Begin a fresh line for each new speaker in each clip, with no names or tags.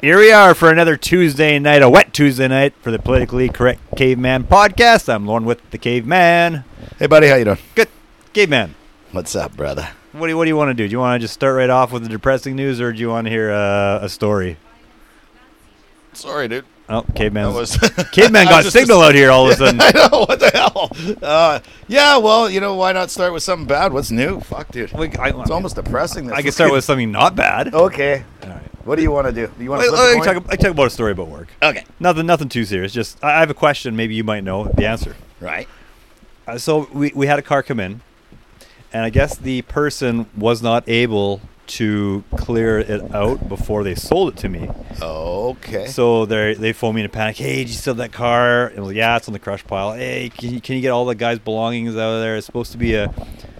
Here we are for another Tuesday night, a wet Tuesday night for the politically correct caveman podcast. I'm Lauren with the caveman.
Hey, buddy, how you doing?
Good caveman.
What's up, brother?
What do you, what do you want to do? Do you want to just start right off with the depressing news, or do you want to hear uh, a story?
Sorry, dude.
Oh, caveman!
That was
Caveman
I
got
was just-
signal out here all of a sudden.
I know what the hell. Uh, yeah, well, you know, why not start with something bad? What's new? Fuck, dude.
We- I,
It's almost depressing. This
I can start with something not bad.
Okay.
All right.
What do you want to do? Do you want
Wait,
to
I
flip
can
a coin?
talk, I can talk about a story about work.
Okay.
Nothing, nothing too serious. Just I I have a question. Maybe you might know the answer.
Right.
Uh, so we, we had a car come in, and I guess the person was not able to clear it out before they sold it to me.
Okay.
So they they phoned me in a panic. Hey, did you sell that car? And I was like, yeah, it's on the crush pile. Hey, can you, can you get all the guy's belongings out of there? It's supposed to be a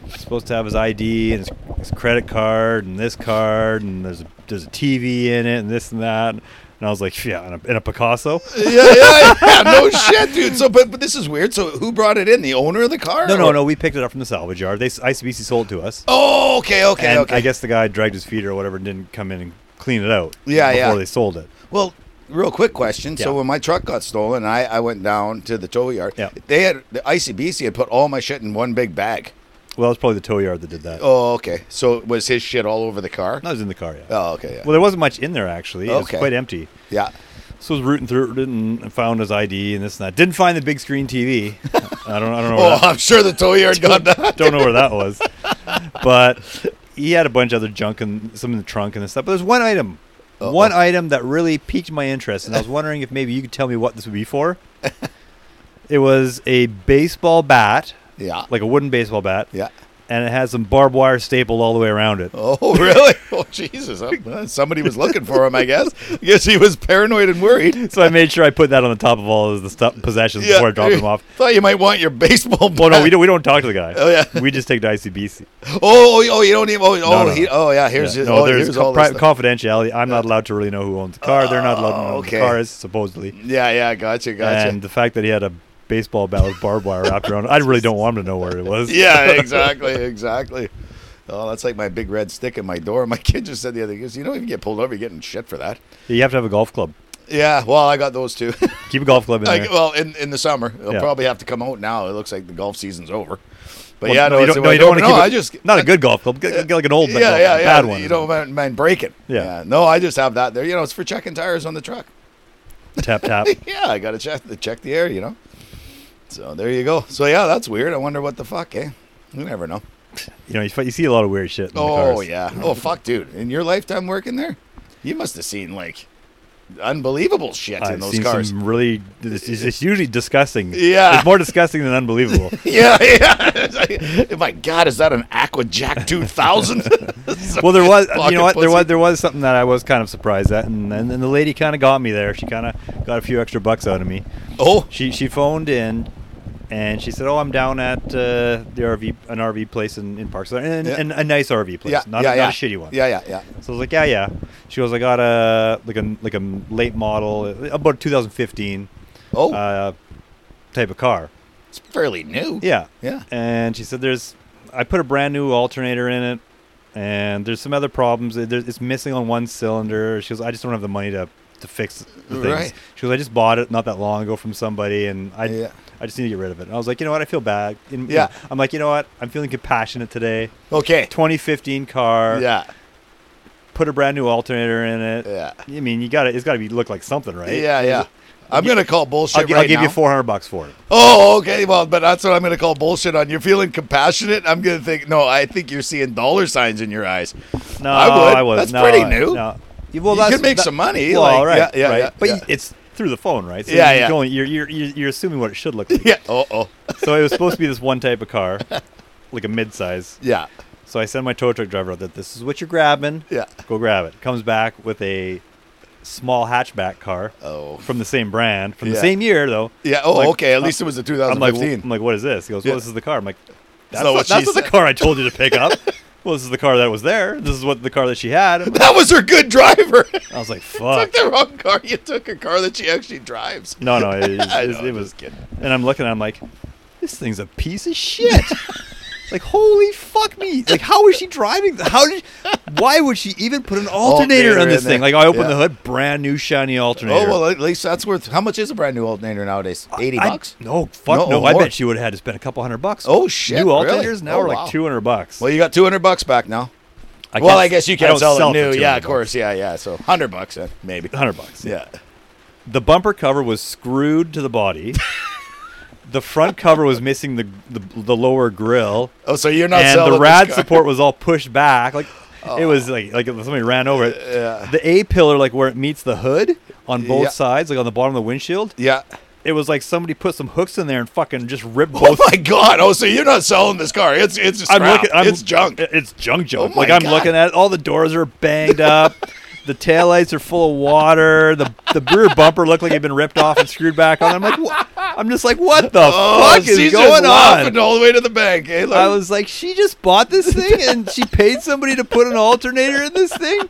it's supposed to have his ID and his, his credit card and this card and there's a, there's a TV in it and this and that. And I was like, yeah, and a, and a Picasso.
yeah, yeah, yeah. No shit, dude. So, but, but this is weird. So, who brought it in? The owner of the car?
No, no,
Or-
no. We picked it up from the salvage yard. They s- ICBC sold it to us.
Oh, okay, okay,
and
okay.
I guess the guy dragged his feet or whatever and didn't come in and clean it out.
Yeah,
before
yeah.
they sold it.
Well, real quick question.
Yeah.
So when my truck got stolen, I, I went down to the tow yard.
Yeah.
They had the ICBC had put all my shit in one big bag.
Well, that was probably the tow yard that did that.
Oh, okay. So it was his shit all over the car?
No, it was in the car. Yeah.
Oh, okay. Yeah.
Well, there wasn't much in there actually. It was
Okay.
quite empty.
yeah.
So I was rooting through it and and found his ID and this and that. Didn't find the big screen TV. I don't. I don't know. Where
Oh, I'm sure the tow yard got
that,
that.
don't know where that was. But he had a bunch of other junk and some in the trunk and stuff. But there's one item,
Uh-oh.
one item that really piqued my interest, and I was wondering if maybe you could tell me what this would be for. it was a baseball bat,
Yeah.
like a wooden baseball bat,
Yeah.
and it has some barbed wire stapled all the way around it.
Oh, really? Oh, Jesus. Well, Somebody was looking for him, I guess. I guess he was paranoid and worried.
So I made sure I put that on the top of all of the stuff possessions before I dropped him off.
Thought you might want your baseball bat.
Well, no, we don't. We don't talk to the guy.
Oh, yeah.
we just take to ICBC.
Oh, oh, oh, you don't even. Oh, oh,
no.
He, oh yeah. Here's
Yeah.
his,
no,
oh,
there's
here's
co-
all
pri-
this stuff.
confidentiality. I'm not allowed to really know who owns the car. They're not allowed to know who owns the
okay.
car is supposedly.
Yeah, yeah. Gotcha, gotcha.
And the fact that he had a baseball bat with barbed wire wrapped around, it, I really don't want him to know where it was.
yeah, exactly, exactly. Oh, that's like my big red stick in my door. My kid just said the other day, he goes, you don't even get pulled over, you're getting shit for that.
you have to have a golf club.
Yeah, well, I got those too.
Keep a golf club in there.
like, well, in, in the summer, they'll
Yeah.
probably have to come out now. It looks like the golf season's over. But
Well,
yeah, no,
you
it's
don't,
the
no,
way
you
I
don't want
don't-
to
no,
keep.
I
it-
just
not a good golf club. Get, get like an old,
yeah,
yeah,
yeah, yeah.
bad one.
You don't mind, mind breaking.
Yeah.
No, I just have that there. You know, it's for checking tires on the truck.
tap tap.
yeah, I gotta check the check the air. You know. So there you go. So yeah, that's weird. I wonder what the fuck, eh? You never know.
You know, you, fi- you see a lot of weird shit. In the
Oh
cars.
yeah. Oh fuck, dude. In your lifetime working there, you must have seen like unbelievable shit in
I've
those
seen
cars.
some really. It's, it's- it's usually disgusting.
Yeah.
it's more disgusting than unbelievable.
Yeah, yeah. It's like, My God, is that an Aqua Jack 2000?
well, there was
Fucking
you know what there
pussy.
was there was something that I was kind of surprised at, and and, and the lady kind of got me there. She kind of got a few extra bucks out of me.
Oh,
She she phoned in, and she said, "Oh, I'm down at uh, the RV an RV place in in Parks, and,
Yeah.
and a nice RV place,
yeah,
not,
yeah,
a,
yeah.
not a shitty one."
Yeah, yeah, yeah.
So I was like, "Yeah, yeah." She goes, "I got a like a like a late model, about 2015,
Oh,
uh, type of car."
it's fairly new.
Yeah.
Yeah.
And she said, "There's, I put a brand new alternator in it, and there's some other problems. It- there's- It's missing on one cylinder." She goes, "I just don't have the money to, to fix the things."
Right.
She goes, "I just bought it not that long ago from somebody, and I,
Yeah.
I just need to get rid of it." And I was like, "You know what? I feel bad." And,
Yeah.
I'm like, "You know what? I'm feeling compassionate today.
Okay.
2015 car.
Yeah,
Put a brand new alternator in it.
yeah.
I mean, you got to It's got to be look like something, right?
Yeah, yeah. I'm going to call bullshit
I'll, gi-
right
I'll give
now.
you 400 bucks for it.
Oh, okay. Well, but that's what I'm going to call bullshit on. You're feeling compassionate. I'm going to think, no, I think you're seeing dollar signs in your eyes.
No,
I would.
I wasn't.
That's
No,
pretty
I-
new.
No. You- Well,
You
that's,
could make some money,
Well,
like,
right,
yeah, yeah,
right.
yeah,
but
yeah.
you- it's through the phone, right? So
Yeah,
you
yeah.
can only- You're, you're, you're, you're assuming what it should look like.
Yeah. Oh, oh.
so it was supposed to be this one type of car, like a midsize.
Yeah.
So I send my tow truck driver out that this is what you're grabbing.
Yeah.
Go grab it. Comes back with a small hatchback car
Oh.
from the same brand, from the
Yeah.
same year though.
Yeah. Oh,
Like,
okay. At least it was a
I'm like, w-
2015.
I'm like, what is this? He goes, well,
Yeah.
this is the car. I'm like, that's,
not
not,
what she
that's not the
said.
car I told you to pick up. well, this is the car that was there. This is what the car that she had. I'm like-
that was her good driver.
I was like, fuck.
took the wrong car. You took a car that she actually drives.
No, no, it, it,
I
it,
know,
was.
just kidding.
And I'm looking, I'm like, this thing's a piece of shit. Like holy fuck me! Like how is she driving? How did? Why would she even put an alternator,
Alternator
on this
in
thing?
there.
Like I open
Yeah.
the hood, brand new shiny alternator.
Oh well, at least that's worth. How much is a brand new alternator nowadays? Eighty
I-
bucks.
No, fuck no.
No,
I
more.
bet she would have had to spend a couple hundred bucks.
Oh, shit,
New
really?
alternators now
Oh,
are
wow.
like two hundred bucks.
Well, you got two hundred bucks back now.
I
well,
can't-
I guess you
I
can't
don't
sell,
sell
it new.
for
Yeah,
200
of course. Yeah, yeah. So hundred bucks then, maybe.
Hundred bucks.
Yeah.
The bumper cover was screwed to the body. the front cover was missing the the, the lower grill,
Oh, so you're not
and
selling
the
this
rad
car.
support was all pushed back. Like it was like like somebody ran over it.
Oh. Yeah.
The A pillar, like where it meets the hood on both
Yeah.
sides, like on the bottom of the windshield,
Yeah.
it was like somebody put some hooks in there and fucking just ripped
Oh
both
my god! Oh, so you're not selling this car? It's it's
I'm
scrap.
looking. I'm,
it's junk.
it- It's junk junk.
Oh my
like I'm
God.
looking at it. All the doors are banged up. the taillights are full of water. The the rear bumper looked like it'd been ripped off and screwed back on. I'm like, "Wha- I'm just like, what the
Oh,
fuck is
she's
going
just laughing
on?
all the way to the bank. Eh,
I
Lauren?
was like, she just bought this thing and she paid somebody to put an alternator in this thing.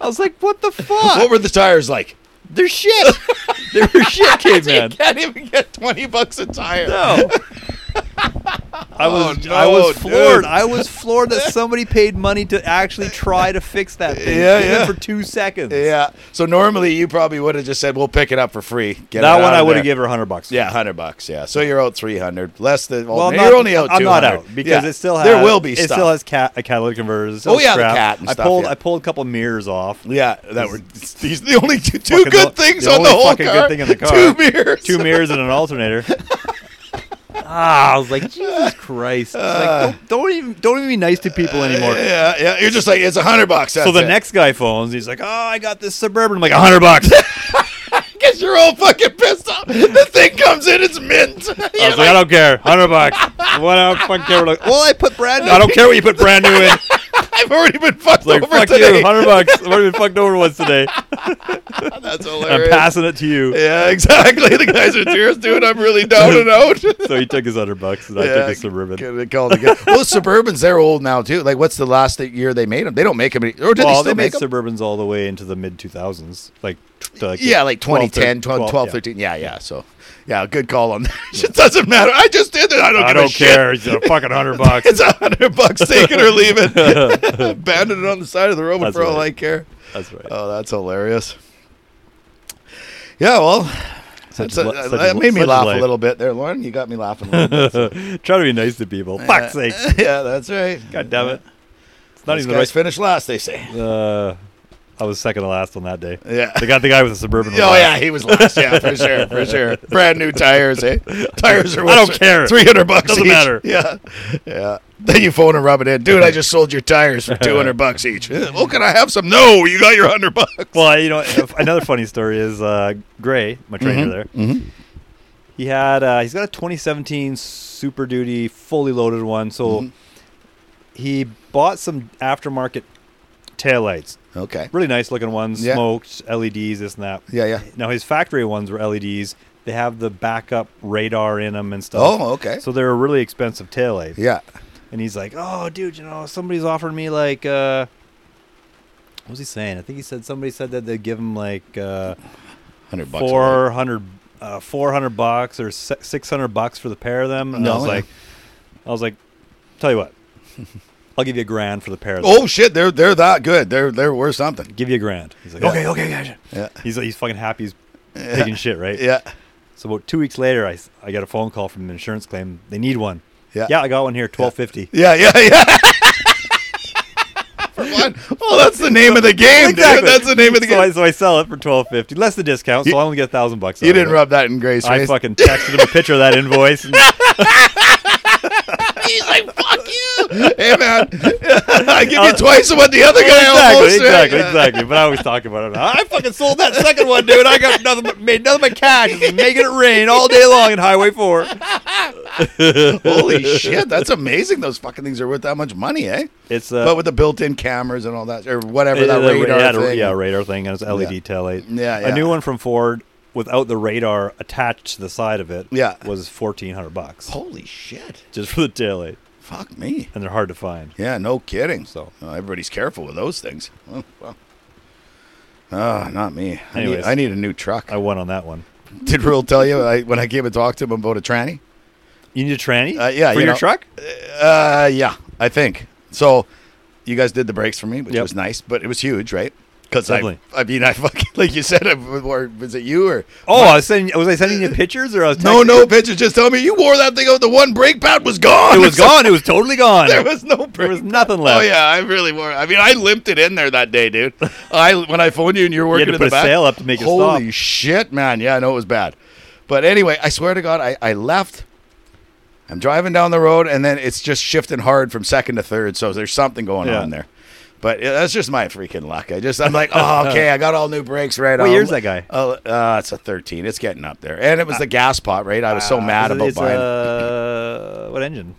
I was like, what the
what
fuck?
were the tires like?
They're shit. They're shit, caveman.
You can't even get twenty bucks a tire.
No. I was
Oh,
I was
no,
floored.
dude.
I was floored that somebody paid money to actually try to fix that thing
Yeah,
even
yeah.
for 2 seconds.
Yeah. So normally you probably would have just said, "We'll pick it up for free." Get
That
it
one
out
I
of
would
there.
have given her 100 bucks.
Yeah, hundred bucks. Yeah. So you're out three hundred less than. Well,
Well, I'm
you're
not-
only out.
I'm not
200.
out because
Yeah.
it still has
There will be
it
stuff.
still has cat, a catalytic converter. It still
Oh,
has
yeah, the
scrap.
cat and
I
stuff,
pulled
yeah.
I pulled a couple mirrors off.
yeah, that were these the only two, two
Fucking
good
the-
things
the
on the
only
whole
fucking good
car.
thing in the car.
Two mirrors.
Two mirrors and an alternator. ah, I was like Jesus Christ. It's like don't, don't even don't even be nice to people anymore.
Yeah, yeah. You're just like it's a hundred bucks.
So the next guy phones. He's like, "Oh, I got this suburban." I'm like, "100 bucks."
because you're all fucking pissed off. The thing comes in, it's mint.
I was like, I don't care. Hundred bucks. What I don't fucking care. We're Like, well, I put brand. I don't care what you put brand new in. It's
I've already been fucked
like,
over
fuck
today.
you. Hundred bucks. I've already been fucked over once today.
That's
I'm
hilarious.
passing it to you.
Yeah, exactly. The guys are cheers, dude. I'm really down and out.
So he took his hundred bucks, and I took his suburban.
Get it called again. well, Suburbans, they're old now, too. Like, what's the last year they made them? They don't make them. Any, or did
Well,
they still
they
make
made
'em?
Suburbans all the way into the mid 2000s, like, t- to,
Yeah, like 2010, 12,
12,
12, 13. Yeah, yeah. So, yeah, good call on that. it doesn't matter. I just did it. I don't
I
give a
don't
shit.
care. It's a fucking hundred bucks.
It's a hundred bucks. Take it or leave it. Banded it on the side of the road
That's
for all
right.
I care.
That's right.
Oh, that's hilarious. Yeah, well,
Such is
that's a,
li- such
uh, that
is-
made me
such is
laugh a
life.
little bit there, Lauren. You got me laughing a little bit.
Try to be nice to people. Fuck's sake.
yeah, that's right.
God damn it. It's not
These
even the
guys
right.
finish last, they say.
Uh, I was second to last on that day.
Yeah.
They got the guy with the suburban. was
Oh
last.
yeah, he was last. Yeah, for sure, for sure. Brand new tires, eh? Tires are.
I don't care.
Three hundred bucks.
Doesn't
each.
matter.
Yeah, yeah. Then you phone and rub it in, dude. I just sold your tires for two hundred bucks each. Eh, Well, can I have some? No, you got your hundred bucks.
Well, you know, another funny story is uh, Gray, my trainer
Mm-hmm.
there. He had uh, he's got a 2017 Super Duty fully loaded one. So
Mm-hmm.
he bought some aftermarket taillights,
Okay.
really nice looking ones,
Yeah.
smoked LEDs, this and that.
Yeah, yeah.
Now his factory ones were LEDs. They have the backup radar in them and stuff.
Oh, okay.
So they're a really expensive taillight.
yeah.
And he's like, "Oh, dude, you know, somebody's offering me like uh what was he saying? I think he said somebody said that they'd give him like uh
Hundred bucks. away.
400 uh, 400 bucks or si- 600 bucks for the pair of them." And I
No,
was
yeah.
like I was like, "Tell you what. I'll give you a grand for the pair of them.
Oh shit, they're they're that good. They're they're worth something.
Give you a grand." He's like,
Yeah.
"Okay, okay, gotcha."
Yeah.
He's he's fucking happy. He's taking shit, right?
Yeah.
So about 2 weeks later, I s- I got a phone call from an insurance claim. They need one.
Yeah.
Yeah, I got one here, 1250.
Yeah, yeah, yeah. For one. Well, that's the name of the game, dude. That's the name of the
so
game.
I, so I sell it for twelve fifty, less the discount, so I only get a thousand bucks. out
you
of
didn't
it.
rub that in Grace.
I
face.
fucking texted him a picture of that invoice. And I
He's like, "Fuck you, hey man! I give you twice of what the other guy
Uh, exactly,
almost right?
exactly, exactly. But I always talk about it. I fucking sold that second one, dude. I got nothing, but, made nothing but cash, It's making it rain all day long in Highway Four.
Holy shit, that's amazing. Those fucking things are worth that much money, eh?
It's uh,
but with the built-in cameras and all that, or whatever
it-
that
it- it
radar
had a-
thing.
yeah, radar thing, and it's E LED taillight.
Yeah, yeah.
A new one from Ford without the radar attached to the side of it.
Yeah.
was fourteen hundred bucks
Holy shit,
just for the taillight,
fuck me.
and they're hard to find.
Yeah, no kidding.
So.
Oh, everybody's careful with those things. Well, well. Ah, not me. I need,
Anyways.
I need a new truck.
I won on that one.
Did Rule tell you I, when I came and talked to him about a tranny?
You need a tranny?
Uh, yeah,
for
you
your
know.
truck.
Uh, yeah, I think so. You guys did the brakes for me, which
Yep.
was nice, but it was huge, right? Because I,
Definitely.
I mean, I fucking like you said, I, or was it you or
Oh, I was sending. Was I sending you pictures or I was?
no,
texting-
no, bitches, just tell me you wore that thing out. The one brake pad was gone.
It was gone. It was totally gone.
There was no brake.
There was nothing
Oh
left.
yeah, I really wore. I mean, I limped it in there that day, dude. I when I phoned you and you were
You had
working
to put
in the
a
back.
sail up to make it
holy
stop.
shit, man! Yeah, I know it was bad, but anyway, I swear to God, I, I left. I'm driving down the road, and then it's just shifting hard from second to third. So there's something going
Yeah.
on there. But yeah, that's just my freaking luck. I just I'm like, oh okay, I got all new brakes right
What
on.
year's that guy?
Oh, uh, it's a 13. It's getting up there, and it was the gas pot, right? I was so mad
Ah, It's a-
about
it's
buying
a- what engine?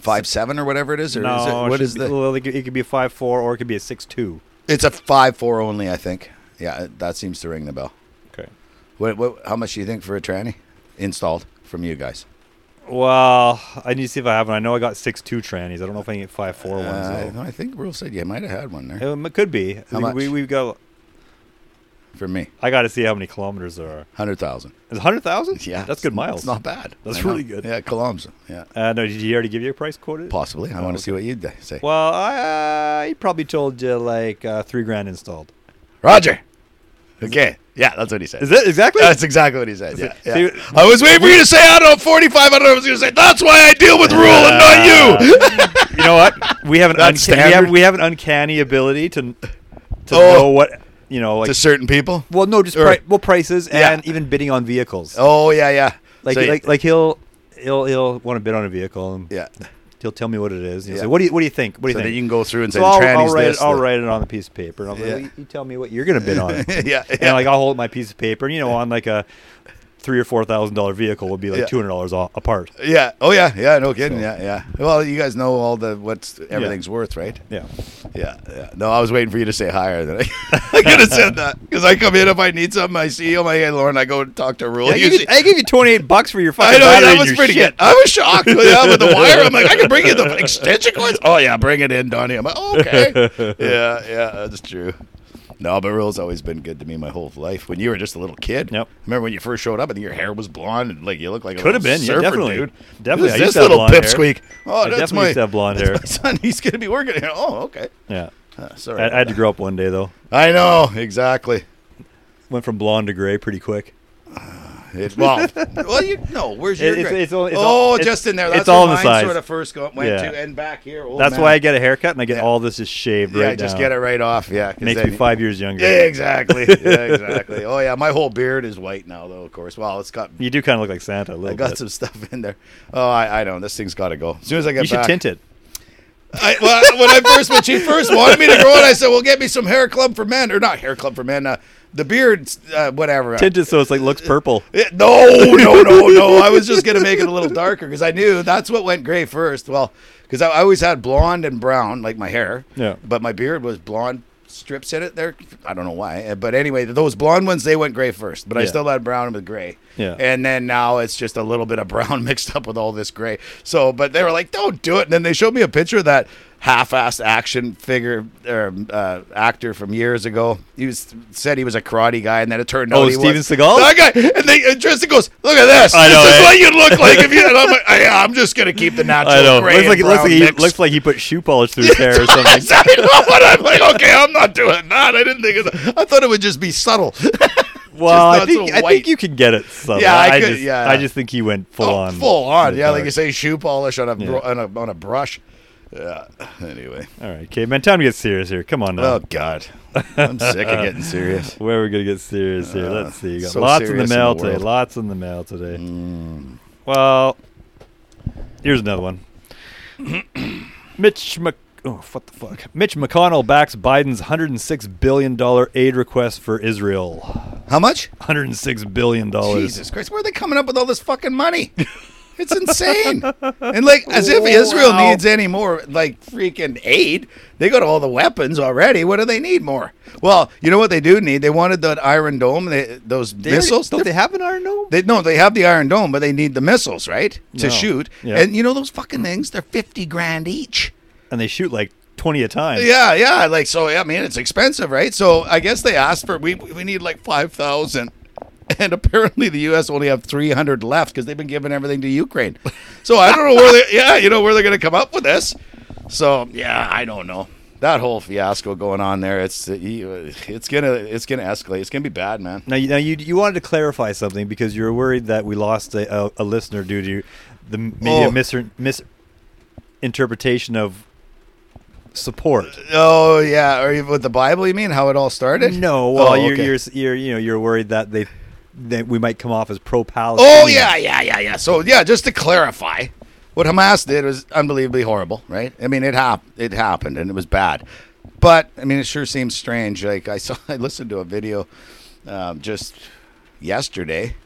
five seven or whatever it is, or
no,
is it,
it
what
should
is
be-
the?
well, it could, it could be a five four or it could be a six two.
It's a five four only, I think. Yeah, that seems to ring the bell.
Okay.
What, what, how much do you think for a tranny installed from you guys?
Well, I need to see if I have one. I know I got six two trannies. I don't know if I can get five four ones.
Uh,
though.
no, I think Rule said you might have had one there
Um, It could be.
How
we,
much?
We, we've got.
for me,
I got to see how many kilometers there are.
hundred thousand.
Is hundred thousand?
Yeah,
that's good miles.
It's not bad.
That's
I know.
really good.
Yeah, kilometers. Yeah,
Uh, no, did he already give you a price quoted?
possibly. I
Oh,
want to
okay.
see what you say.
Well, I, uh, he probably told you like uh, three grand installed.
Roger. Okay. Yeah, that's what he said.
Is that exactly?
That's exactly what he said. Yeah,
See-
yeah. I was waiting for you to say I don't know forty five. I don't know. I was going to say that's why I deal with Rule and not you.
you know what? We have an
That's
uncanny, we, have,
standard?
we have an uncanny ability to to
Oh.
know what you know like
to certain people.
well no just
or-
pri- well prices
Yeah.
and even bidding on vehicles.
Oh yeah, yeah.
Like
So-
like like he'll he'll he'll want to bid on a vehicle and
yeah.
he'll tell me what it is. and He'll
Yeah.
say, "What do you what do you think? What do
So
you
that
think?"
you can go through and say
so I'll,
trannies
I'll write
this.
it, I'll
the-
write it on the piece of paper. And I'll be like,
Yeah.
"Well, you- you tell me what you're going to bid on.
yeah, yeah.
and like I'll hold my piece of paper, and you know, on like a three or four thousand dollar vehicle would be like
Yeah.
two hundred dollars apart.
Yeah. Oh yeah. Yeah. No kidding. Yeah. Yeah. Well, you guys know all the what's everything's worth, right?
Yeah,
Yeah. Yeah. No, I was waiting for you to say higher than I, I could have said that because I come in if I need something, I see you, my hey Lauren, I go and talk to
I,
Rule.
gave you,
Usually-
I gave you twenty eight bucks for your
I
fucking
know
battery
that
and
was
your
pretty
shit.
good. I was shocked. Yeah, with the wire, I'm like, I can bring you the extension cords. Oh yeah, bring it in, Donnie. I'm like, oh, okay. Yeah, yeah, that's true. No, but Rule's always been good to me my whole life. When you were just a little kid,
Yep.
Remember when you first showed up? I think your hair was blonde and like you looked like a
Could have
little
been, yeah,
surfer
definitely.
dude.
Definitely,
Who's
I used
this
to have
little
blonde hair.
pipsqueak. Oh,
I
that's
definitely
my
used to have blonde
that's
hair.
my son. He's gonna be working here. Oh, okay.
Yeah,
Uh, sorry,
I, I had to grow up one day though.
I know exactly.
Went from blonde to gray pretty quick.
It, well, well, you know, where's your?
It- it's-
grade?
it's all- it's all-
oh,
it's-
just in there.
it's
That's
all
where
in the
mine
sides.
Sort of first go, went
Yeah.
to and back here. Oh,
That's
man.
why I get a haircut and I get
Yeah.
all this just shaved
Yeah,
right
just
down.
get it right off. Yeah, 'cause
Makes
then
me
you-
five years younger.
Yeah, exactly. Yeah, exactly. oh yeah, my whole beard is white now, though. Of course. Well, it's got.
You do kind of look like Santa a little
I got
bit.
some stuff in there. Oh, I, I don't. This thing's got to go. As soon as I get
you should
back,
tint it.
I, well, when I first when she first wanted me to grow it, I said, "Well, get me some hair club for men, or not hair club for men. Uh, the beard, uh, whatever.
Tint it so it's like looks purple.
It- no, no, no, no. I was just gonna make it a little darker because I knew that's what went gray first. Well, because I, I always had blonde and brown, like my hair.
Yeah.
But my beard was blonde strips in it there. I don't know why, Uh, but anyway, those blonde ones they went gray first. But I
Yeah.
still had brown with gray.
Yeah.
And then now it's just a little bit of brown mixed up with all this gray. So, but they were like, "Don't do it." And then they showed me a picture of that half-assed action figure or uh, actor from years ago. He was said he was a karate guy, and then it turned out
Oh,
he
Steven
was.
Seagal?
That guy, and they and Tristan goes, "Look at this.
I know,
this is
eh?
what you look like if you." And I'm like, I, am just gonna keep the natural
I know.
gray
Looks
and
like, looks, like
brown
he,
mix."
looks like he put shoe polish through his hair or
I
something.
said, "I know what I'm like, okay, I'm not doing that. I didn't think it. I thought it would just be subtle.
Well,
Just
I
not so
think, I
white.
think you could get it. Subtle.
Yeah, I could-
just,
yeah.
I just think he went full
Oh,
on.
full on.
the
Yeah, like you
dark.
say, shoe polish on a bro-
Yeah.
on a on a brush. Yeah. Anyway.
All right, okay, man. Time to get serious here. Come on now.
Oh God, I'm sick of getting serious.
Where are we gonna get serious here? Let's see. You got
uh, so
lots in the
serious in
mail
the
today.
world. Mm.
Lots in the mail today. Well, here's another one. Mitch Mc. Oh, what the fuck? Mitch McConnell backs Biden's 106 billion dollar aid request for Israel.
How much?
106 billion dollars.
Jesus Christ, where are they coming up with all this fucking money? It's insane. and like as if Israel
Wow.
needs any more like freaking aid. They got all the weapons already. What do they need more? Well, you know what they do need? They wanted that Iron Dome, they, those missiles.
Don't they have an Iron Dome?
They no, they have the Iron Dome, but they need the missiles, right? To
No.
shoot.
Yeah.
And you know those fucking things, they're 50 grand each.
and they shoot like 20 a time.
Yeah, yeah, like so I mean it's expensive, right? So I guess they asked for we we need like 5,000. and apparently the U.S. only have 300 left because they've been giving everything to Ukraine. So I don't know where they, yeah, you know where they're going to come up with this. So yeah, I don't know that whole fiasco going on there. It's it's gonna it's gonna escalate. It's gonna be bad, man.
Now, you, now you you wanted to clarify something because you were worried that we lost a, a, a listener due to the media
Oh.
misre- misinterpretation of support.
Oh yeah, or even with the Bible, you mean how it all started?
No,
Oh,
well, you're,
okay.
you're you're you know you're worried that they that we might come off as pro-Palestinian.
Oh yeah, yeah, yeah, yeah. So yeah, just to clarify, what Hamas did was unbelievably horrible, right? I mean, it hap- it happened and it was bad. But I mean, it sure seems strange. Like I saw, I listened to a video um, just yesterday,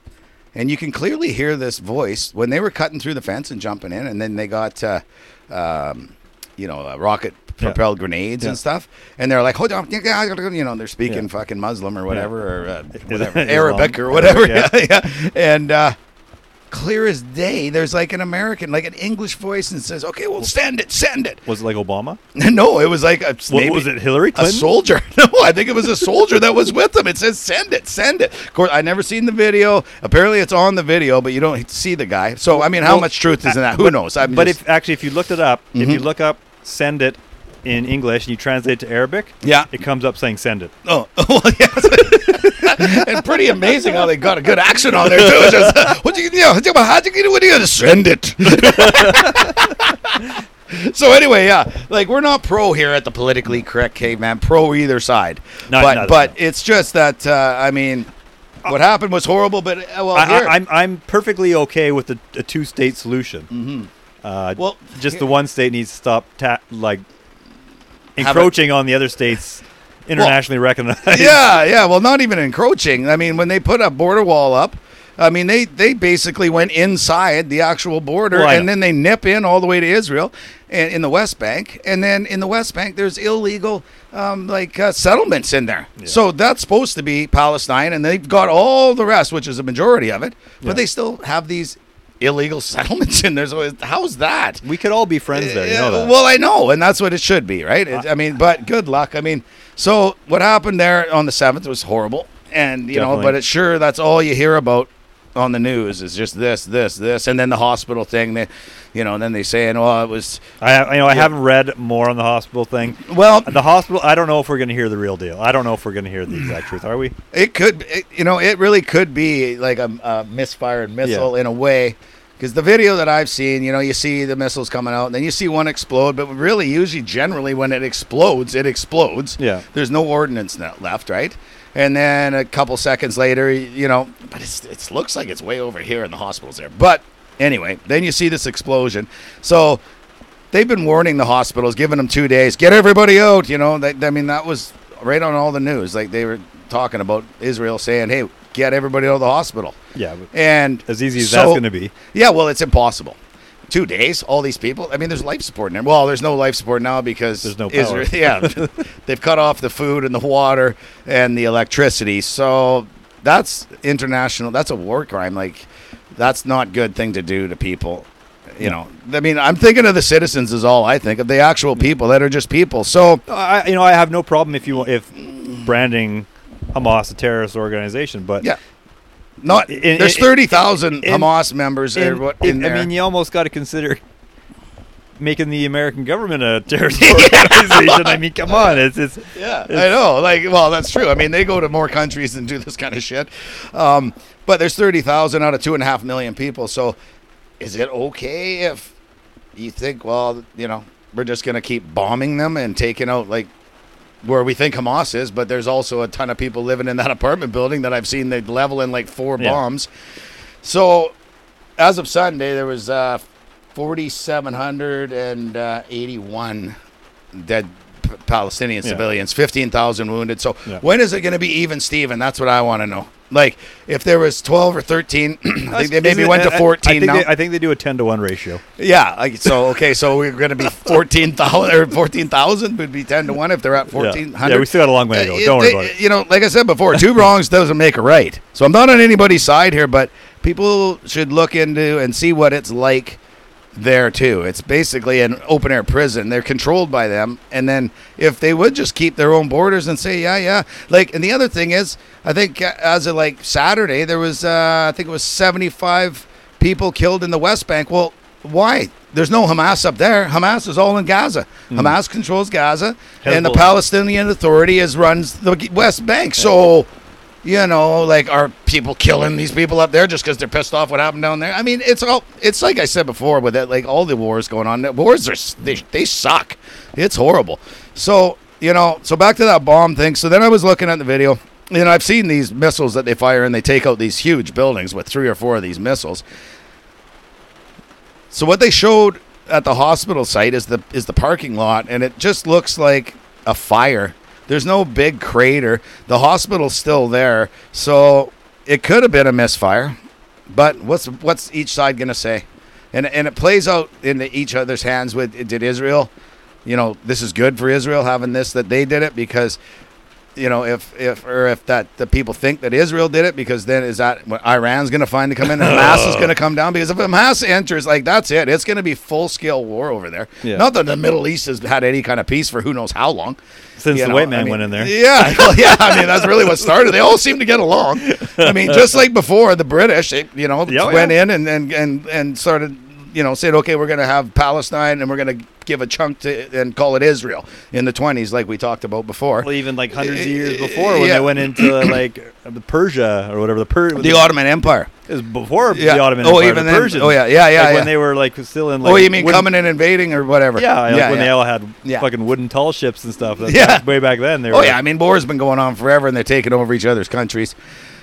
and you can clearly hear this voice when they were cutting through the fence and jumping in, and then they got, uh, um, you know, uh, rocket propelled grenades
Yeah.
and stuff, and they're like, hold on, you know, they're speaking
Yeah.
fucking Muslim or whatever, or uh, whatever
Islam.
Arabic or whatever,
Yeah.
yeah, yeah. and. Uh, clear as day. There's like an American, like an English voice, and says, "Okay, well, send it, send it."
was it like Obama?
No, it was like a
What
maybe-
was it, Hillary
A
Clinton?
soldier? No, I think it was a soldier that was with them. It says, "Send it, send it." Of course, I never seen the video. Apparently, it's on the video, but you don't see the guy. So, I mean, how
Well,
much truth is in that? Who knows? I'm
But
just-
if actually, if you looked it up, if you
Mm-hmm.
look up "send it" in English and you translate it to Arabic,
Yeah.
it comes up saying "send it."
oh, well, yes. and pretty amazing how they got a good accent on there too. It's Just, what do you, you know, how do you do it? Send it. So anyway, yeah, like we're not pro here at the politically correct caveman, pro either side.
No,
but
no, no.
but it's just that uh, I mean, what happened was horrible. But uh, well,
I,
here-
I, I'm I'm perfectly okay with a, a two-state solution. Mm-hmm. Uh,
Well,
well, just
here-
the one state needs to stop ta- like
a-
encroaching on the other states internationally recognized.
yeah, yeah. Well, not even encroaching. I mean, when they put a border wall up, I mean they they basically went inside the actual border,
Well, I
and
know.
then they nip in all the way to Israel and in the West Bank, and then in the West Bank there's illegal um, like uh, settlements in there. So that's supposed to be Palestine, and they've got all the rest, which is a majority of it, but
Yeah.
they still have these illegal settlements in there. So how's that?
We could all be friends there. You know
Yeah,
that.
Well, I know, and that's what it should be, right? It, I mean, but good luck. I mean, so what happened there on the seventh was horrible, and you know,
Definitely.
but it's sure that's all you hear about on the news is just this, this, this, and then the hospital thing. They, you know, and then they saying, "Well, it was
I you know I haven't read more on the hospital thing.
well,
The hospital. I don't know if we're going to hear the real deal. I don't know if we're going to hear the exact truth. Are we?
it could, it, you know, it really could be like a, a misfired missile in a way." Because the video that I've seen, you know, you see the missiles coming out, and then you see one explode. But really, usually, generally, when it explodes, it explodes.
Yeah.
There's no ordinance ne- left, right? And then a couple seconds later, you know, but it's, it looks like it's way over here in the hospitals there. But anyway, then you see this explosion. So they've been warning the hospitals, giving them two days, get everybody out. You know, they, I mean, that was right on all the news. Like they were talking about Israel saying, hey, get everybody out of the hospital.
Yeah. but
And
As easy as
so-
that's going to be.
yeah, well, it's impossible. Two days, all these people. I mean, there's life support in there. Well, there's no life support now because
There's no
Israel-
power.
yeah, they've cut off the food and the water and the electricity. So that's international. That's a war crime. Like, that's not good thing to do to people. You know, I mean, I'm thinking of the citizens is all I think of the actual
Mm-hmm.
people that are just people. So
I you know I have no problem if you if branding Hamas a terrorist organization, but
yeah, not
In-
there's
in-
thirty thousand
in-
Hamas members
in-
in, in, in there.
I mean you almost got to consider making the American government a terrorist organization. I mean, come on, it's it's
Yeah, I know. Like, well, that's true. I mean, they go to more countries and do this kind of shit. Um, but there's thirty thousand out of two and a half million people. So, is it okay if you think, well, you know, we're just gonna keep bombing them and taking out like where we think Hamas is, but there's also a ton of people living in that apartment building that I've seen they level in like four
Yeah.
bombs. So, as of Sunday, there was uh, forty-seven hundred and uh, eighty-one dead P- Palestinian
Yeah.
civilians, fifteen thousand wounded. So
Yeah.
when is it going to be even, Steven? That's what I want to know. Like if there was twelve or thirteen, I think they maybe
Isn't it-
went to
I- I- I
fourteen
think
now.
They, I think they do a ten to one ratio.
yeah. Like, so okay, so we're going to be fourteen thousand or fourteen thousand would be ten to one if they're at
Yeah.
fourteen
Yeah.
hundred.
we still got a long way to
Uh,
go.
it-
Don't worry
they-
about it.
You know, like I said before, two wrongs doesn't make a right. So I'm not on anybody's side here, but people should look into and see what it's like there too. It's basically an open air prison. They're controlled by them. And then if they would just keep their own borders and say, yeah, yeah. Like, and the other thing is, I think uh, as of like Saturday, there was, uh, I think it was 75 people killed in the West Bank. Well, why? There's no Hamas up there. Hamas is all in Gaza. Hamas controls Gaza, and the
Hezbollah.
Palestinian Authority is runs the West Bank. So, you know, like are people killing these people up there just because they're pissed off what happened down there? I mean, it's all it's like I said before with that, like all the wars going on. that Wars are s- they, they suck. It's horrible. So you know, so back to that bomb thing. So then I was looking at the video. You know, I've seen these missiles that they fire and they take out these huge buildings with three or four of these missiles. So what they showed at the hospital site is the is the parking lot, and it just looks like a fire. There's no big crater. The hospital's still there, so it could have been a misfire. But what's what's each side gonna say? And and it plays out into each other's hands. With did Israel, you know, this is good for Israel having this that they did it because you know, if if or if that the people think that Israel did it, because then is that when Iran's going to finally come in and Hamas is going to come down? Because if Hamas enters, like that's it, it's going to be full scale war over there.
Yeah.
Not that the Middle East has had any kind of peace for who knows how long.
Since
You
the
know,
white
I
man
mean,
went in there.
Yeah, well, yeah. I mean, that's really what started. They all seem to get along. I mean, just like before, the British, they, you know,
Yeah, oh,
went
yeah.
in and and and and started, you know, said, okay, we're going to have Palestine and we're going to give a chunk to and call it Israel in the twenties, like we talked about before.
Well, even like hundreds of years before when
Yeah.
they went into like the Persia or whatever the Persia.
the Ottoman Empire.
is before
Yeah.
the Ottoman
Oh,
Empire.
even
the
then-
Persians.
oh, yeah, yeah, yeah,
Like
yeah.
when they were like still in. Like,
oh, you mean
wooden-
coming and invading or whatever?
Yeah, like when they all had
Yeah.
fucking wooden tall ships and stuff. That's
Yeah.
way back then. They were
Oh yeah, I mean war's been going on forever, and they're taking over each other's countries,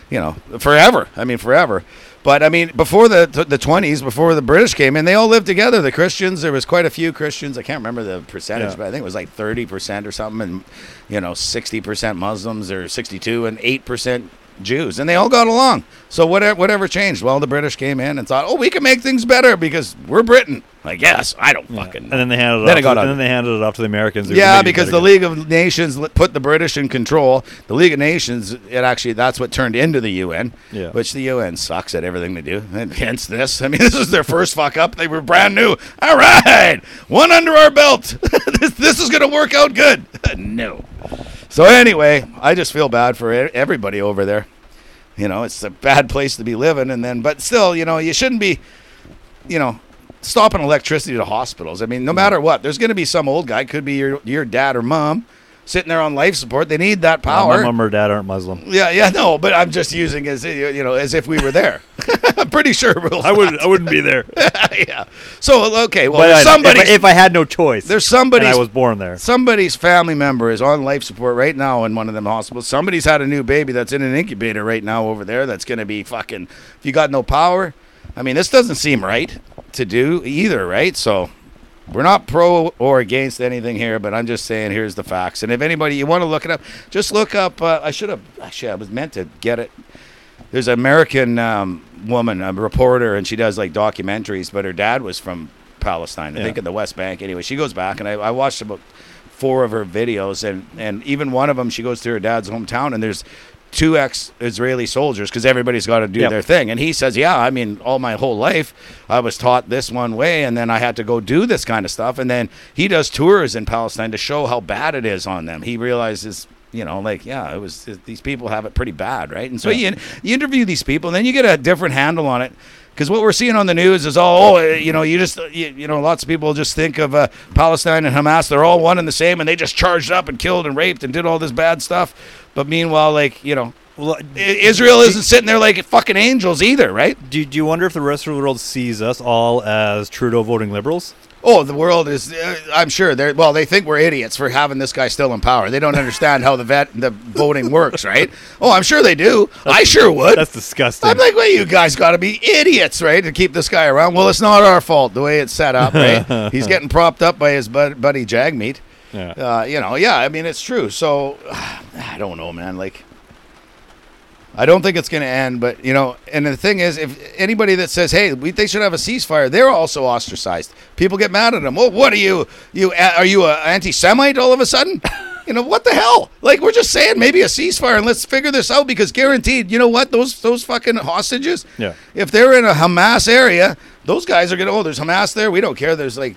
you know, forever. I mean forever. But I mean before the the twenties, before the British came in, they all lived together. The Christians, there was quite a few Christians. I can't remember the percentage,
Yeah.
but I think it was like thirty percent or something, and you know sixty percent Muslims or sixty two and eight percent. Jews and they all got along. So whatever, whatever changed. Well, the British came in and thought, "Oh, we can make things better because we're Britain." I guess I don't
Yeah.
fucking.
And then they handed it
Then
off.
it got
to,
on.
and then they handed it off to the Americans. who
Yeah,
maybe
because
better
the
guess.
League of Nations li- put the British in control. The League of Nations, it actually that's what turned into the UN.
Yeah.
Which the UN sucks at everything they do. And hence this. I mean, this is their first fuck up. They were brand new. All right, one under our belt. this, this is gonna work out good. no. So anyway, I just feel bad for e- everybody over there. You know, it's a bad place to be living, and then but still, you know, you shouldn't be you know, stopping electricity to hospitals. I mean, no matter what, there's going to be some old guy, could be your your dad or mom, sitting there on life support. They need that
Yeah,
power.
My mom or dad aren't Muslim.
yeah, yeah, no, but I'm just using as you know as if we were there. I'm pretty sure we'll.
I wouldn't. I wouldn't be there.
yeah. So okay, well,
but I-
there's somebody.
if, I- if I had no choice,
there's
and
somebody.
I was born there.
Somebody's family member is on life support right now in one of them hospitals. Somebody's had a new baby that's in an incubator right now over there that's going to be fucking. If you got no power, I mean, this doesn't seem right to do either, right? So we're not pro or against anything here, but I'm just saying here's the facts. And if anybody, you want to look it up, just look up. Uh, I should have. Actually, I was meant to get it there's an American um, woman, a reporter, and she does like documentaries, but her dad was from Palestine, I
Yeah.
think in the West Bank. Anyway, she goes back, and I, I watched about four of her videos, and, and even one of them, she goes to her dad's hometown, and there's two ex Israeli soldiers because everybody's got to do
Yep.
their thing. And he says, Yeah, I mean, all my whole life, I was taught this one way, and then I had to go do this kind of stuff. And then he does tours in Palestine to show how bad it is on them. He realizes, you know, like, yeah, it was it- these people have it pretty bad, right? And so
Yeah.
you, you interview these people, and then you get a different handle on it. Because what we're seeing on the news is all, oh, eh, you know, you just, you, you know, lots of people just think of uh, Palestine and Hamas. They're all one and the same, and they just charged up and killed and raped and did all this bad stuff. But meanwhile, like, you know,
Well,
I- Israel isn't sitting there like fucking angels either, right?
do, do you wonder if the rest of the world sees us all as Trudeau voting liberals?
Oh, the world is. Uh, I'm sure they're. Well, they think we're idiots for having this guy still in power. They don't understand how the vet, the voting works, right? Oh, I'm sure they do. I sure would.
That's disgusting.
I'm like, well, you guys got to be idiots, right, to keep this guy around. Well, it's not our fault the way it's set up, right? He's getting propped up by his bud- buddy Jagmeet.
Yeah.
Uh, you know, yeah, I mean, it's true. So I don't know, man. Like, I don't think it's going to end, but, you know, and the thing is, if anybody that says, hey, we, they should have a ceasefire, they're also ostracized. People get mad at them. Well, what are you? You Are you an anti Semite all of a sudden? you know what the hell? Like we're just saying maybe a ceasefire and let's figure this out because guaranteed, you know what? Those those fucking hostages,
Yeah.
if they're in a Hamas area, those guys are gonna oh, there's Hamas there. We don't care. There's like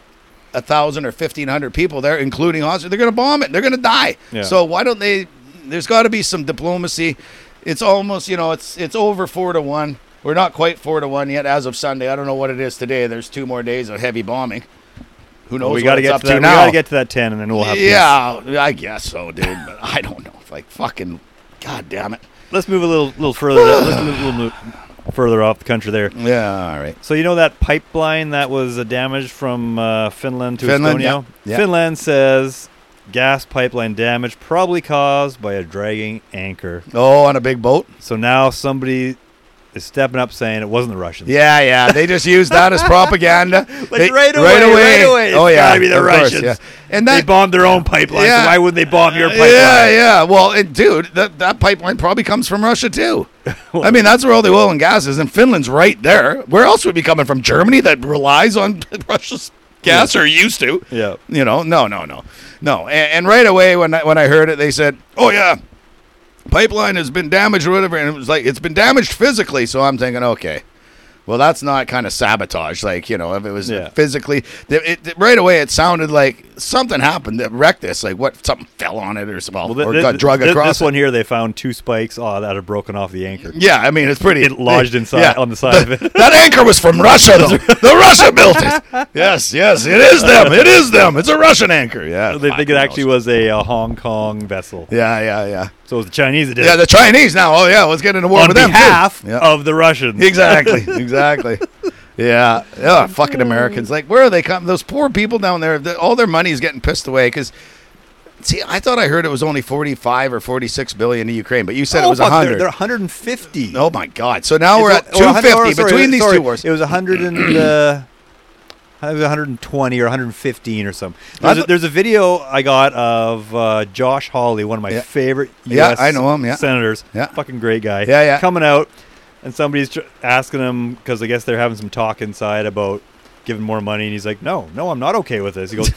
a thousand or fifteen hundred people there, including hostages. They're gonna bomb it. They're gonna die.
Yeah.
So why don't they? There's got to be some diplomacy. It's almost you know it's it's over four to one. We're not quite four to one yet as of Sunday. I don't know what it is today. There's two more days of heavy bombing. Who knows?
we
got
gotta get
up
to that.
to
we
now.
gotta get to that ten, and then we'll have. peace.
Yeah, I guess so, dude. But I don't know. Like fucking, god damn it.
Let's move a little little further. let's move a little mo- further off the country there.
Yeah, all right.
So you know that pipeline that was uh, damaged from uh, Finland to
Finland,
Estonia.
yeah, yeah.
Finland says gas pipeline damage probably caused by a dragging anchor.
Oh, on a big boat.
So now somebody is stepping up saying it wasn't the Russians.
Yeah, yeah. They just used that as propaganda.
Like,
They-
right away, right away, it's
Oh yeah,
gotta be the
of course,
Russians.
yeah. And
They
that
bombed their own pipeline.
Yeah.
So why wouldn't they bomb your pipeline?
Yeah, yeah. Well, and dude, that, that pipeline probably comes from Russia too. I mean, that's where all the oil and gas is, and Finland's right there. Where else would it be coming from? Germany that relies on Russia's gas or used to.
Yeah.
You know, no, no, no, no. And, and right away when I, when I heard it, they said, "Oh yeah, pipeline has been damaged or whatever," and it was like it's been damaged physically. So I'm thinking, okay. Well, that's not kind of sabotage. Like, you know, if it was
Yeah.
physically, th- it, it- right away it sounded like something happened that wrecked this. Like, what? Something fell on it or something,
Well, thi-
or
thi-
got drug
thi- this,
across it.
one here, they found two spikes oh, that had broken off the anchor.
Yeah, I mean, it's pretty.
It lodged inside
yeah.
on the side of it.
That anchor was from Russia, though. the Russia built it. Yes, yes, it is them. It is them. It's a Russian anchor. Yeah,
They think
fuck,
it
who
actually
knows?
was a, uh Hong Kong vessel.
Yeah, yeah, yeah.
So it was the Chinese that did
Yeah,
it.
the Chinese now. Oh yeah, let's get into war
on
with them
behalf
too. Yeah.
of the Russians.
exactly, exactly. Yeah, yeah. Fucking Americans. Like, where are they coming? Those poor people down there. the- All their money is getting pissed away because. See, I thought I heard it was only forty-five or forty-six billion to Ukraine, but you said it was
Oh, fuck,
hundred.
They're, they're 150.
Oh my God! So now we're
It's
at
a- or
two
100 or
fifty
sorry,
between these
sorry,
two wars.
It was 100 and uh, it was 120 or 115 or something. There's, a,
thought-
there's a video I got of uh, Josh Hawley, one of my
Yeah.
favorite
Yeah,
U.S.
I know him, yeah.
senators.
Yeah.
fucking great guy.
Yeah, yeah.
Coming out, and somebody's tr- asking him because I guess they're having some talk inside about giving more money, and he's like, "No, no, I'm not okay with this." He goes.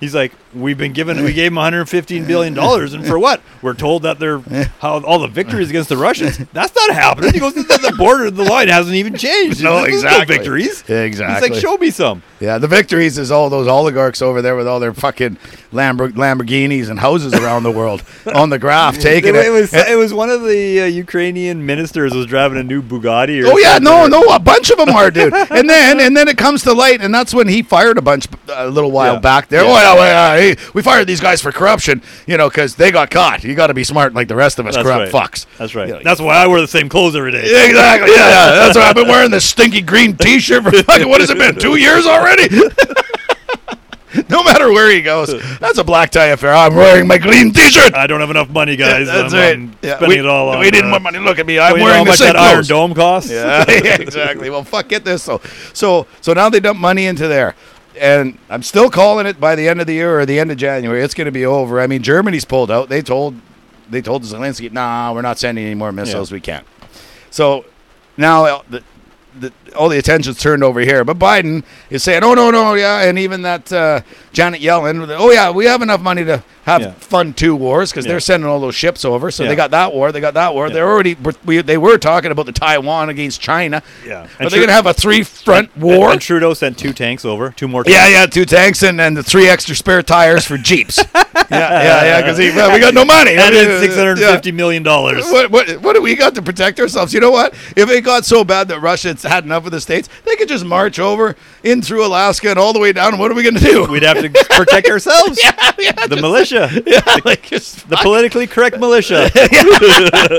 He's like, we've been given, we gave him 115 billion dollars, and for what? We're told that they're how all the victories against the Russians. That's not happening. He goes, the the border, the line hasn't even changed.
No,
There's
exactly.
victories.
Exactly.
He's like, show me some.
Yeah, the victories is all those oligarchs over there with all their fucking Lambor- Lamborghinis and houses around the world on the graph taking
It,
it.
it was
And-
it was one of the uh, Ukrainian ministers was driving a new Bugatti. Or
oh yeah,
something.
no, no, a bunch of them are, dude. And then and then it comes to light, and that's when he fired a bunch uh, a little while
Yeah.
back there.
Yeah.
Oh yeah, well, yeah, hey, we fired these guys for corruption, you know, because they got caught. You got to be smart like the rest of us
That's
corrupt
right.
fucks.
That's right.
Yeah.
That's why I wear the same clothes every day.
Yeah, Exactly. Yeah, yeah. That's right. I've been wearing this stinky green T-shirt for fucking what has it been? Two years already. no matter where he goes, that's a black tie affair. I'm wearing my green T-shirt.
I don't have enough money, guys.
that's
I'm,
right.
I'm
Yeah,
spending
we,
it all on.
we need
uh,
more money. Look at me. I'm
you know how
wearing the
much
same
that Iron
clothes.
Dome costs?
Yeah, yeah, exactly. Well, fuck, get this though. So, so now they dump money into there, and I'm still calling it by the end of the year or the end of January. It's going to be over. I mean, Germany's pulled out. They told, they told Zelensky, nah, we're not sending any more missiles. We can't. So now uh, the, the, all the attention's turned over here. But Biden is saying, oh, no, no, yeah. And even that uh, Janet Yellen, oh, yeah, we have enough money to have
Yeah.
fund two wars because
Yeah.
they're sending all those ships over. So
Yeah.
they got that war, they got that war.
Yeah.
They're already, we, they were talking about the Taiwan against China.
Yeah.
Are
And
they
Tru-
going to have a three front war?
And Trudeau sent two tanks over, two more. Tanks.
yeah, yeah, two tanks and, and the three extra spare tires for Jeeps. yeah, yeah, yeah, because we got no money.
And
Yeah.
then six hundred fifty million dollars.
What, what, what do we got to protect ourselves? You know what? If it got so bad that Russia had had enough of the states, they could just march over in through Alaska and all the way down. And what are we going to do?
We'd have to protect ourselves.
yeah,
The militia,
yeah, like just,
the politically correct militia.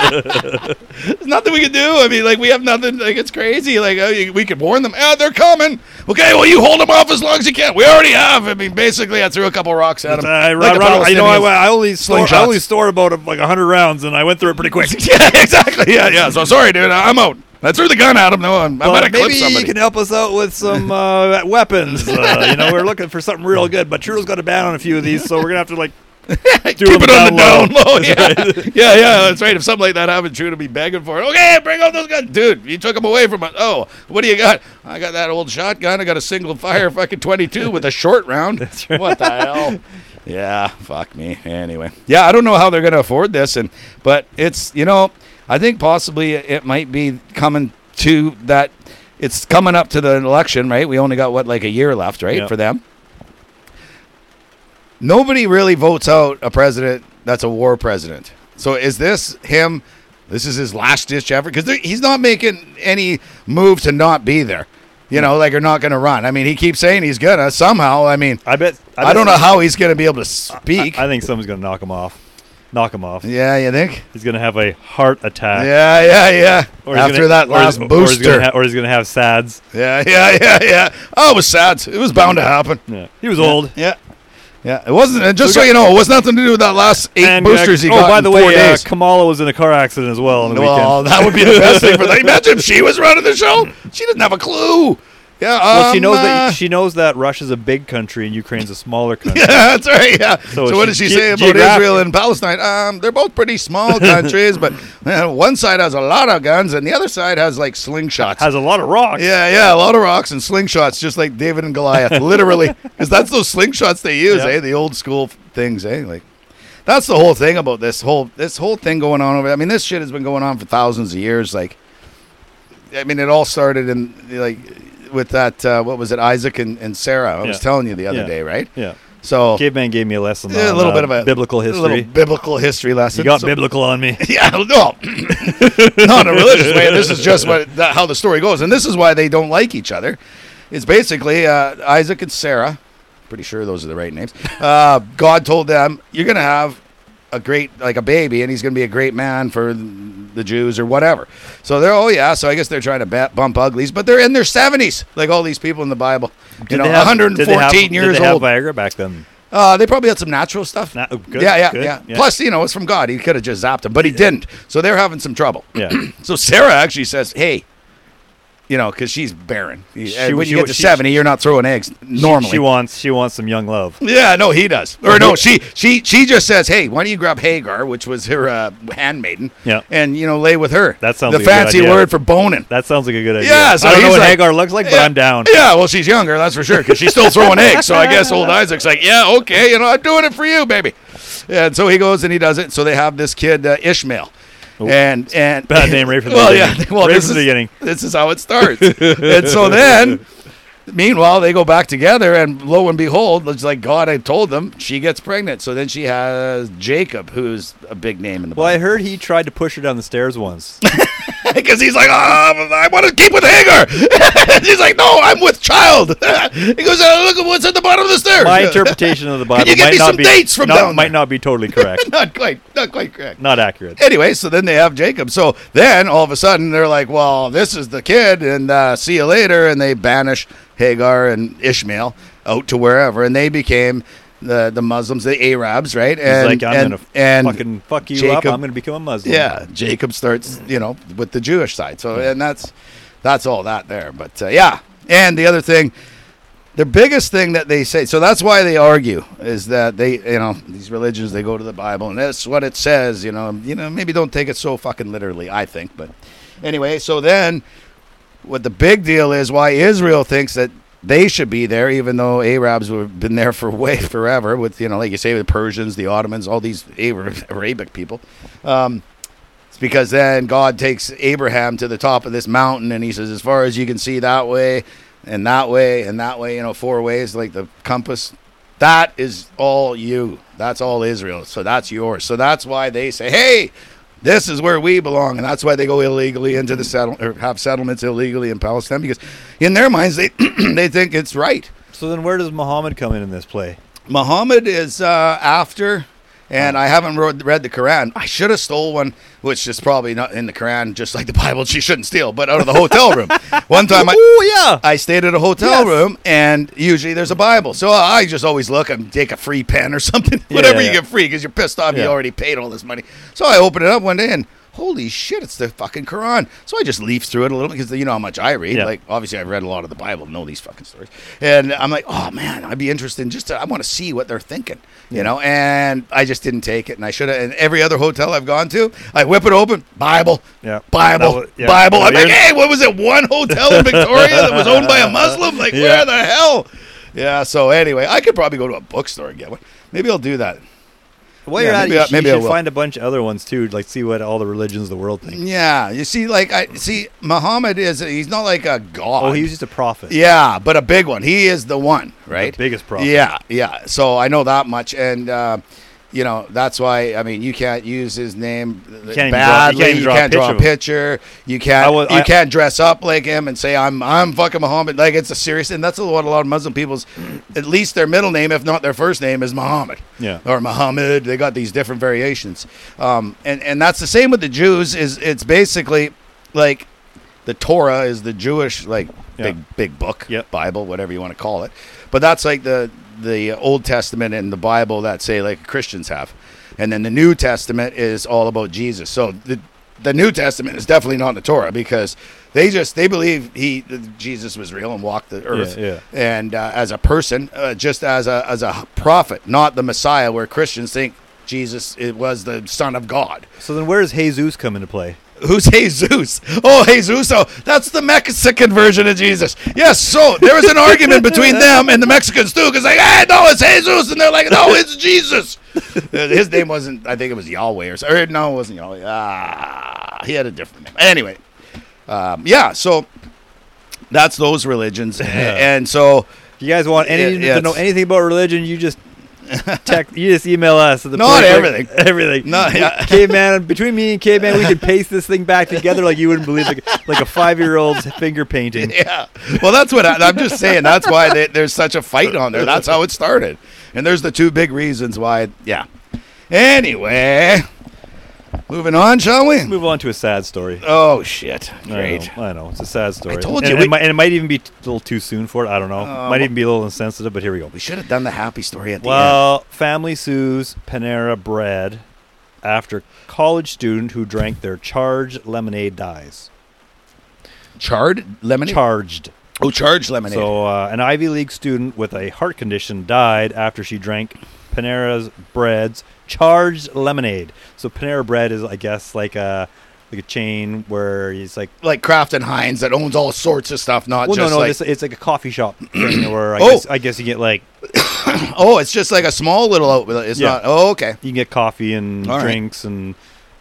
there's nothing we can do. I mean, like we have nothing. Like it's crazy. Like oh, you- we could warn them. Ah, they're coming. Okay, well you hold them off as long as you can. We already have. I mean, basically, I threw a couple rocks at them.
I, Uh, Ron- Ron- I know. I, I only store, I
Slingshots.
only store about uh, like hundred rounds, and I went through it pretty quick.
yeah, exactly. Yeah, yeah. So sorry, dude. I- I'm out. I threw the gun at him. No, I'm, I might
Well,
have clipped
maybe
somebody.
you can help us out with some uh, weapons. Uh, you know, we're looking for something real good, but Trudeau's got a ban on a few of these, so we're gonna have to like do
Keep
them
it on the
low.
down low. Yeah. yeah, yeah, that's right. If something like that happened, Drew would be begging for it. Okay, bring out those guns. Dude, you took them away from us. Oh, what do you got? I got that old shotgun. I got a single fire fucking 22 with a short round. What the hell? Yeah, fuck me. Anyway, yeah, I don't know how they're going to afford this, and but it's you know, I think possibly it might be coming to that. It's coming up to the election, right? We only got what like a year left, right,
Yeah.
for them. Nobody really votes out a president that's a war president. So is this him? This is his last ditch effort because he's not making any move to not be there. You know, like you're not going to run. I mean, he keeps saying he's gonna somehow. I mean,
I bet.
I,
bet
don't know
some-
how he's going to be able to speak.
I, I think someone's gonna knock him off. Knock him off.
yeah, you think?
He's gonna have a heart attack.
Yeah, yeah, yeah.
Or he's
After
gonna-
that
or he's-
last
or he's,
booster.
gonna ha- or he's gonna have SADS.
yeah, yeah, yeah, yeah. Oh, it was sad. It was bound to happen.
Yeah. He was old.
Yeah. Yeah, it wasn't. And just so
got-
you know, it was nothing to do with that last eight
And, uh,
boosters he
oh,
got
by
in
the
four
way, uh,
days.
Kamala was in a car accident as well on the
well,
weekend.
that would be the best thing for that. Imagine if she was running the show. She didn't have a clue. Yeah,
Well, she
um,
knows
uh,
that she knows that Russia's a big country and Ukraine's a smaller country.
Yeah, that's right. Yeah. So,
So
what
she-
did she
ge-
say about
geographic-
Israel and Palestine? Um, they're both pretty small countries, but uh, one side has a lot of guns and the other side has like slingshots.
Has a lot of rocks.
yeah, yeah, a lot of rocks and slingshots, just like David and Goliath, literally, because that's those slingshots they use,
Yeah.
eh? The old school f- things, eh? Like, that's the whole thing about this whole this whole thing going on over. I mean, this shit has been going on for thousands of years. Like, I mean, it all started in like with that uh, what was it, Isaac and, and Sarah? I was
Yeah.
telling you the other
Yeah.
day, right?
Yeah.
So
Caveman gave me a lesson.
yeah, a
on,
little
uh,
bit of a
biblical
a
history.
little biblical history lesson.
you got
So-
biblical on me.
Yeah, no, not in a religious way. This is just what that, how the story goes, and this is why they don't like each other. It's basically uh, Isaac and Sarah. Pretty sure those are the right names. Uh, God told them, "You're gonna have a great like a baby, and he's gonna be a great man for the Jews or whatever." So they're oh yeah. So I guess they're trying to bat, bump uglies, but they're in their 70s, like all these people in the Bible. You know,
they have- did they
114
have-
years
did they have
old.
Viagra back then.
Uh, they probably had some natural stuff.
Na- oh, good,
yeah, yeah,
good,
yeah,
yeah.
Plus, you know, it's from God. He could have just zapped him, but he didn't. So they're having some trouble.
Yeah.
So Sarah actually says, "Hey, you know, because she's barren. She, when
was- she
you get
was-
to
she-
seventy, you're not throwing eggs normally."
She wants she wants some young love.
yeah, no, he does. Or no, she she she just says, "Hey, why don't you grab Hagar, which was her uh, handmaiden,
Yeah.
and you know, lay with her."
That sounds
the
like a good
fancy
idea.
word for boning.
That sounds like a good idea.
Yeah, so
I don't know
he's
what
like-
Hagar looks like, but I'm down.
Yeah, well, she's younger, that's for sure, because she's still throwing eggs. So I guess old Isaac's like, yeah, okay, you know, I'm doing it for you, baby. And so he goes and he does it. So they have this kid uh, Ishmael, and and
Bad name right from the
well,
beginning.
yeah, well,
Right
this
from
is
the beginning.
This is how it starts. and so then, meanwhile, they go back together, and lo and behold, it's like God had told them, she gets pregnant. So then she has Jacob, who's a big name in the
Well, I
Bible,
heard he tried to push her down the stairs once.
because he's like, oh, I want to keep with Hagar. he's like, no, I'm with child. he goes, oh, look at what's at the bottom of the stairs.
My interpretation of the Bible
you give
might
me
not
some
be
dates from
not-
down
might
there?
not be totally correct.
not quite, not quite correct.
not accurate.
Anyway, so then they have Jacob. So then all of a sudden they're like, well, this is the kid, and uh, see you later. And they banish Hagar and Ishmael out to wherever, and they became the the Muslims, the Arabs, right?
He's
And
like, I'm
and,
gonna
and
fucking fuck you up.
Jacob-
I'm gonna become a Muslim.
yeah, Jacob starts, you know, with the Jewish side. So and that's that's all that there. But uh, yeah, and the other thing, the biggest thing that they say, so that's why they argue is that they, you know, these religions they go to the Bible and that's what it says. You know, you know, maybe don't take it so fucking literally. I think, but anyway, so then what the big deal is why Israel thinks that they should be there, even though Arabs have been there for way forever. With you know, like you say, the Persians, the Ottomans, all these Arab, Arabic people. Um, it's because then God takes Abraham to the top of this mountain, and he says, "As far as you can see, that way, and that way, and that way. You know, four ways, like the compass. That is all you. That's all Israel. So that's yours. So that's why they say, hey." This is where we belong, and that's why they go illegally into the settle or have settlements illegally in Palestine because, in their minds, they they think it's right.
So then, where does Muhammad come in in this play?
Muhammad is uh, after, and I haven't read, read the Quran. I should have stole one, which is probably not in the Quran, just like the Bible. She shouldn't steal, but out of the hotel room. one time, I,
Oh yeah.
I stayed at a hotel
Yes.
room, and usually there's a Bible. So I just always look and take a free pen or something,
Yeah,
whatever
yeah,
you
yeah.
get free, because you're pissed off. You
Yeah.
already paid all this money. So I open it up one day, and holy shit, it's the fucking Quran. So I just leaf through it a little because you know how much I read.
Yeah.
Like obviously, I've read a lot of the Bible, know these fucking stories, and I'm like, oh man, I'd be interested in just. To, I want to see what they're thinking, you know. And I just didn't take it, and I should have. And every other hotel I've gone to, I whip it open, Bible,
Yeah.
Bible,
That was- yeah.
Bible. I'm
Yeah,
like,
you're-
hey, what was it? One hotel in Victoria that was owned by a Muslim? Like,
Yeah.
where the hell? Yeah. So anyway, I could probably go to a bookstore and get one. Maybe I'll do that.
While
Yeah,
you're at
maybe
it, you
I-
sh-
maybe I
you should
will.
find a bunch of other ones too. Like see what all the religions of the world think.
Yeah, you see, like I see, Muhammad is—he's not like a god.
Oh, he was just a prophet.
Yeah, but a big one. He is the one, right?
biggest prophet.
Yeah, yeah. So I know that much, and uh, you know that's why. I mean, you can't use his name
can't even draw- you
badly.
can't even
You
draw a
can't draw a
picture of him.
picture. You
I
can't.
was-
you
I-
can't dress up like him and say I'm I'm fucking Muhammad. Like it's a serious, and that's what a lot of Muslim people's, at least their middle name, if not their first name, is Muhammad.
Yeah.
Or Muhammad. They got these different variations, um, and and that's the same with the Jews. Is it's basically like the Torah is the Jewish like
Yeah.
big big book,
Yep.
Bible, whatever you want to call it. But that's like the the Old Testament and the Bible that say like Christians have, and then the New Testament is all about Jesus. So the the New Testament is definitely not the Torah because they just they believe he that Jesus was real and walked the earth
yeah.
and uh, as a person, uh, just as a as a prophet, not the Messiah. Where Christians think Jesus it was the Son of God.
So then, where does Jesus come into play?
Who's Jesus? Oh, Jesus. Oh, that's the Mexican version of Jesus. Yes, so there was an argument between them and the Mexicans, too, because, like, hey, no, it's Jesus. And they're like, no, it's Jesus. Uh, His name wasn't, I think it was Yahweh or something. No, it wasn't Yahweh. Ah, he had a different name. Anyway, um, yeah, so that's those religions. A- And so,
If you guys want any
Yeah, yeah,
to know
it's-
anything about religion, you just text, you just email us. At the
Not
point, like,
everything.
everything.
No,
We-
yeah.
caveman. Between me and caveman, we can paste this thing back together like you wouldn't believe, like, like a five-year-old's finger painting.
yeah. Well, that's what I, I'm just saying. That's why they, there's such a fight on there. That's how it started. And there's the two big reasons why. Yeah. Anyway, moving on, shall we?
Move on to a sad story.
Oh shit!
I know,
Great.
I know, it's a sad story.
told
And-
you,
and
we-
it, might, and it might even be t- a little too soon for it. I don't know.
Uh,
might
wh-
even be a little insensitive, but here we go.
We should have done the happy story at the end.
Well, family sues Panera Bread after college student who drank their charged lemonade dies.
Charred lemonade.
Charged.
oh, charged lemonade.
So, uh, an Ivy League student with a heart condition died after she drank Panera's Bread's charged lemonade. So, Panera Bread is, I guess, like a like a chain where it's like
like Kraft and Heinz that owns all sorts of stuff, not
well, no,
just
no,
like
this, it's like a coffee shop thing where I,
Oh.
guess, I guess you get like
oh, it's just like a small little outlet. It's
Yeah.
not. Oh, okay.
you can get coffee and
All right.
drinks and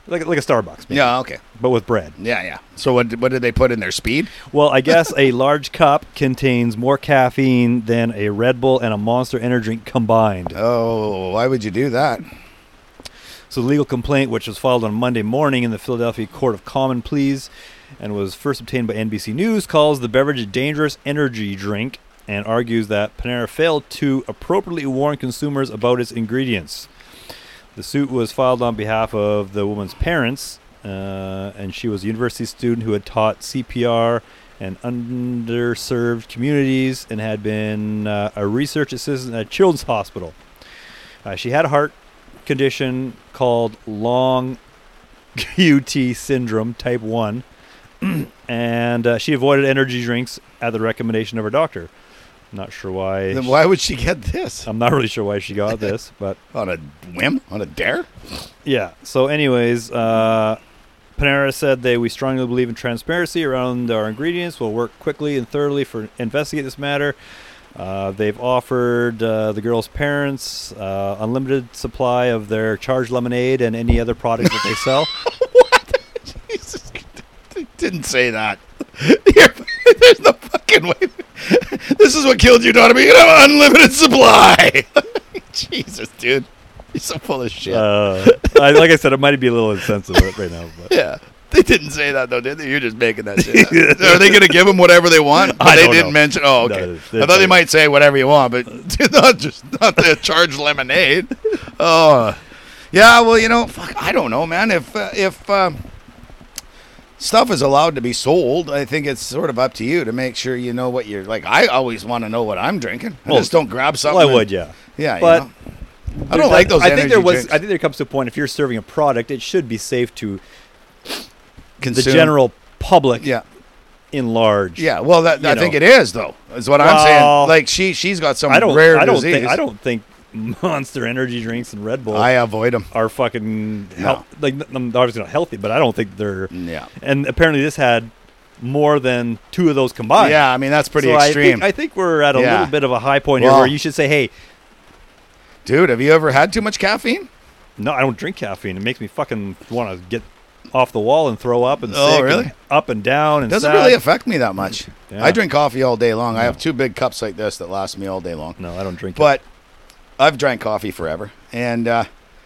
like like a Starbucks, maybe,
Yeah, okay.
but with bread.
Yeah, yeah. So what? did- What did they put in their speed?
Well, I guess a large cup contains more caffeine than a Red Bull and a Monster Energy drink combined.
Oh, why would you do that?
So, the legal complaint, which was filed on Monday morning in the Philadelphia Court of Common Pleas and was first obtained by NBC News, calls the beverage a dangerous energy drink and argues that Panera failed to appropriately warn consumers about its ingredients. The suit was filed on behalf of the woman's parents, uh, and she was a university student who had taught CPR and underserved communities and had been uh, a research assistant at Children's Hospital. Uh, she had a heart condition called long QT syndrome type 1, and uh, she avoided energy drinks at the recommendation of her doctor. Not sure why.
Then why would she get this?
I'm not really sure why she got this, but
On a whim? On a dare?
Yeah. So, anyways, uh, Panera said they we strongly believe in transparency around our ingredients. We'll work quickly and thoroughly for investigate this matter. Uh, they've offered uh, the girl's parents uh, unlimited supply of their charged lemonade and any other products that they sell.
They didn't say that. You're- There's no fucking way. This is what killed you, daughter. But you have unlimited supply. Jesus, dude. You're so full of shit.
uh, I, like I said, it might be a little insensitive right now, but
yeah. They didn't say that, though, did they? You're just making that shit up. Are they going to give them whatever they want?
I
they
don't
didn't
know.
mention. Oh, okay.
No,
I
they-
thought they might say whatever you want, but not just not the charged lemonade. Oh, yeah. Well, you know, fuck, I don't know, man. If uh, if um, stuff is allowed to be sold, I think it's sort of up to you to make sure you know what you're like. I always want to know what I'm drinking. I
Well,
just don't grab something.
well, I
and-
would, yeah.
Yeah, you
But
know. I don't like those.
I think there
energy
was.
drinks.
I think there comes to a point if you're serving a product, it should be safe to the
Consume-
general public
Yeah.
in large.
Yeah, well, that,
You
I think
know.
it is though. Is what I'm
Well,
saying. Like she, she's got some
I don't.
rare
I don't
disease.
think. I don't think Monster Energy drinks and Red Bull
I avoid them.
are fucking health, like n- I'm obviously not healthy, but I don't think they're.
Yeah,
And apparently, this had more than two of those combined.
yeah. I mean, that's pretty
So I
extreme.
think, I think we're at a
Yeah.
little bit of a high point
Well-
here where you should say, "Hey,
Dude, have you ever had too much caffeine?
No, I don't drink caffeine. It makes me fucking want to get off the wall and throw up and
Oh,
sick
really?
and up and down and
Doesn't
sad.
really affect me that much.
Yeah.
I drink coffee all day long. I have two big cups like this that last me all day long.
no, I don't drink. it.
But I've drank coffee forever. And uh,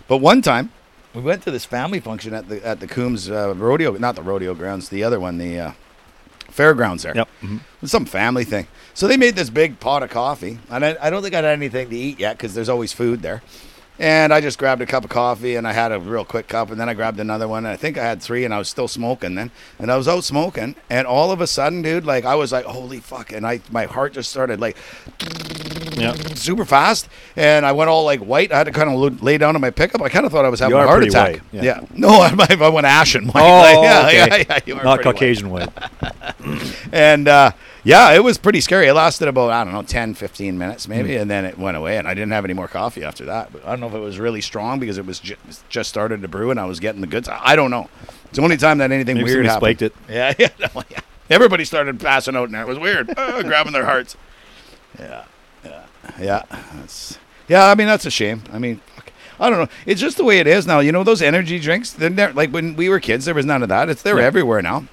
but one time we went to this family function at the at the Coombs uh, rodeo, not the rodeo grounds, the other one, the uh, fairgrounds there.
yep. Mhm.
some family thing. So they made this big pot of coffee, and I, I don't think I had anything to eat yet because there's always food there. And I just grabbed a cup of coffee, and I had a real quick cup, and then I grabbed another one, and I think I had three, and I was still smoking then, and I was out smoking, and all of a sudden, dude, like I was like, holy fuck, and I my heart just started like
Yep.
super fast, and I went all like white. I had to kind of lay down on my pickup. I kind of thought I was having
You
a
are
heart
pretty
attack.
white, yeah.
no, I, I went ashen white.
Oh,
Like, yeah,
okay.
yeah, yeah, you are
Not
pretty white
Caucasian white.
and uh, yeah, it was pretty scary. It lasted about, I don't know, 10, 15 minutes maybe,
Hmm.
and then it went away, and I didn't have any more coffee after that. But I don't know if it was really strong because it was ju- just started to brew and I was getting the goods. I don't know. It's the only time that anything
Maybe
weird
somebody
happened.
spiked it.
Yeah, yeah, no, yeah. Everybody started passing out, and it was weird, Ah, grabbing their hearts. Yeah, yeah, yeah. That's, yeah, I mean, that's a shame. I mean, fuck. I don't know. It's just the way it is now. You know, those energy drinks, they're never, like when we were kids, there was none of that. It's They're
Yeah.
everywhere now.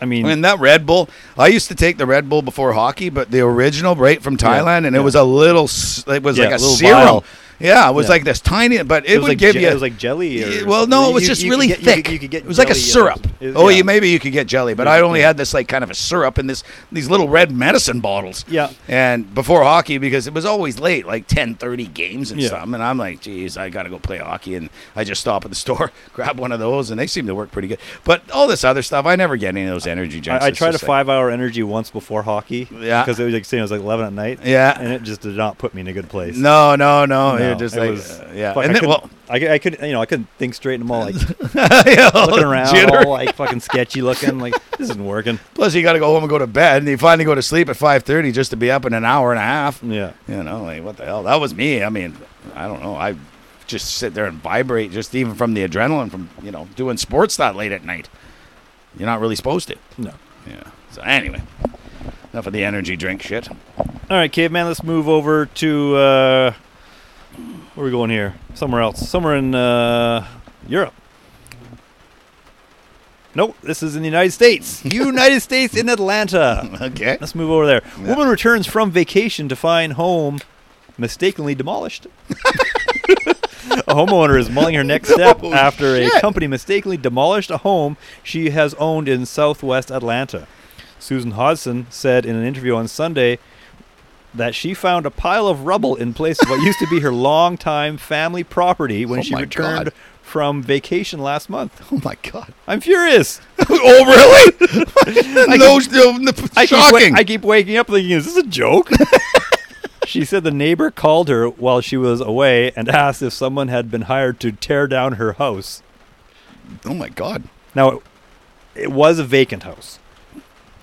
I mean,
And that Red Bull, I used to take the Red Bull before hockey, but the original, right from Thailand, and
yeah.
it was a little, s- it was
Yeah,
like a,
a little
serum.
vial.
Yeah, it was
Yeah.
like this tiny, but it,
it was
would
like
give
je-
you.
it was like jelly.
Yeah,
Or,
well, no, it was
you-
just
you could
really
get- you could-
thick.
You could get.
it was like a
jelly in it.
syrup.
It-
oh,
yeah.
you maybe you could get jelly, but
Yeah,
I only
yeah.
had this like kind of a syrup in this these little red medicine bottles.
Yeah.
And before hockey, because it was always late, like 10:30 games and
Yeah.
stuff, and I'm like, geez, I gotta go play hockey, and I just stop at the store, grab one of those, and they seem to work pretty good. But all this other stuff, I never get any of those energy drinks.
I, I
It's
tried a
just like-
five-hour energy once before hockey.
Yeah.
Because it was like saying it was like eleven at night.
Yeah.
And it just did not put me in a good place.
No, no, no.
No,
You're just
it
like,
was-
uh, yeah.
fuck,
and
I couldn't-
then, well,
I, could- I could, you know, I couldn't think straight, and I'm all like
yeah, all
looking around,
jittery.
all like fucking sketchy looking, like this isn't working.
Plus, you got to go home and go to bed, and you finally go to sleep at 5:30 just to be up in an hour and a half.
Yeah.
You know, like what the hell? That was me. I mean, I don't know. I just sit there and vibrate, just even from the adrenaline from you know doing sports that late at night. You're not really supposed to.
No.
Yeah. So anyway, enough of the energy drink shit.
All right, caveman. Let's move over to uh, where are we going here? Somewhere else. Somewhere in uh, Europe. Nope, this is in the United States. United States in Atlanta.
Okay.
Let's move over there.
Yeah.
Woman returns from vacation to find home mistakenly demolished. a homeowner is mulling her next step
Oh,
after a
shit.
company mistakenly demolished a home she has owned in southwest Atlanta. Susan Hodson said in an interview on Sunday that she found a pile of rubble in place of what used to be her longtime family property when
Oh
she
my
returned
God.
from vacation last month.
Oh my god.
I'm furious.
oh really? no, no,
I keep, wa-
shocking.
I keep waking up thinking, is this a joke? she said the neighbor called her while she was away and asked if someone had been hired to tear down her house.
oh my god.
Now, it, it was a vacant house.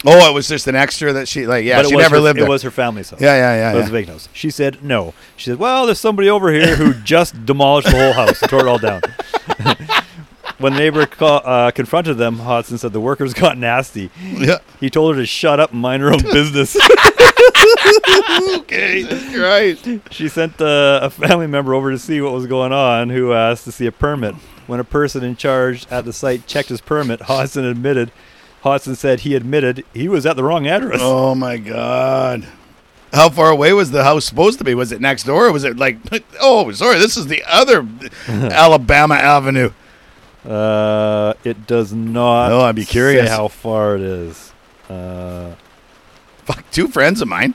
Oh, it was just an extra that she like. Yeah,
but it
she
was
never
her,
lived
It
there.
was her family's house.
yeah,
But it
yeah, yeah.
was
yeah.
a vacant house. She said no. She said, well, there's somebody over here who just demolished the whole house and tore it all down. when the neighbor call, uh, confronted them, Hodson said the workers got nasty.
Yeah.
He told her to shut up and mind her own business.
Okay. Right.
She sent uh, a family member over to see what was going on, who asked to see a permit. When a person in charge at the site checked his permit, Hodson admitted. Hodson said he admitted he was at the wrong address.
Oh my god. How far away was the house supposed to be? Was it next door? Or was it like, oh, sorry, this is the other Alabama Avenue?
Uh, it does not.
No, I'd be curious.
Say how far it is. Uh,
Fuck, two friends of mine,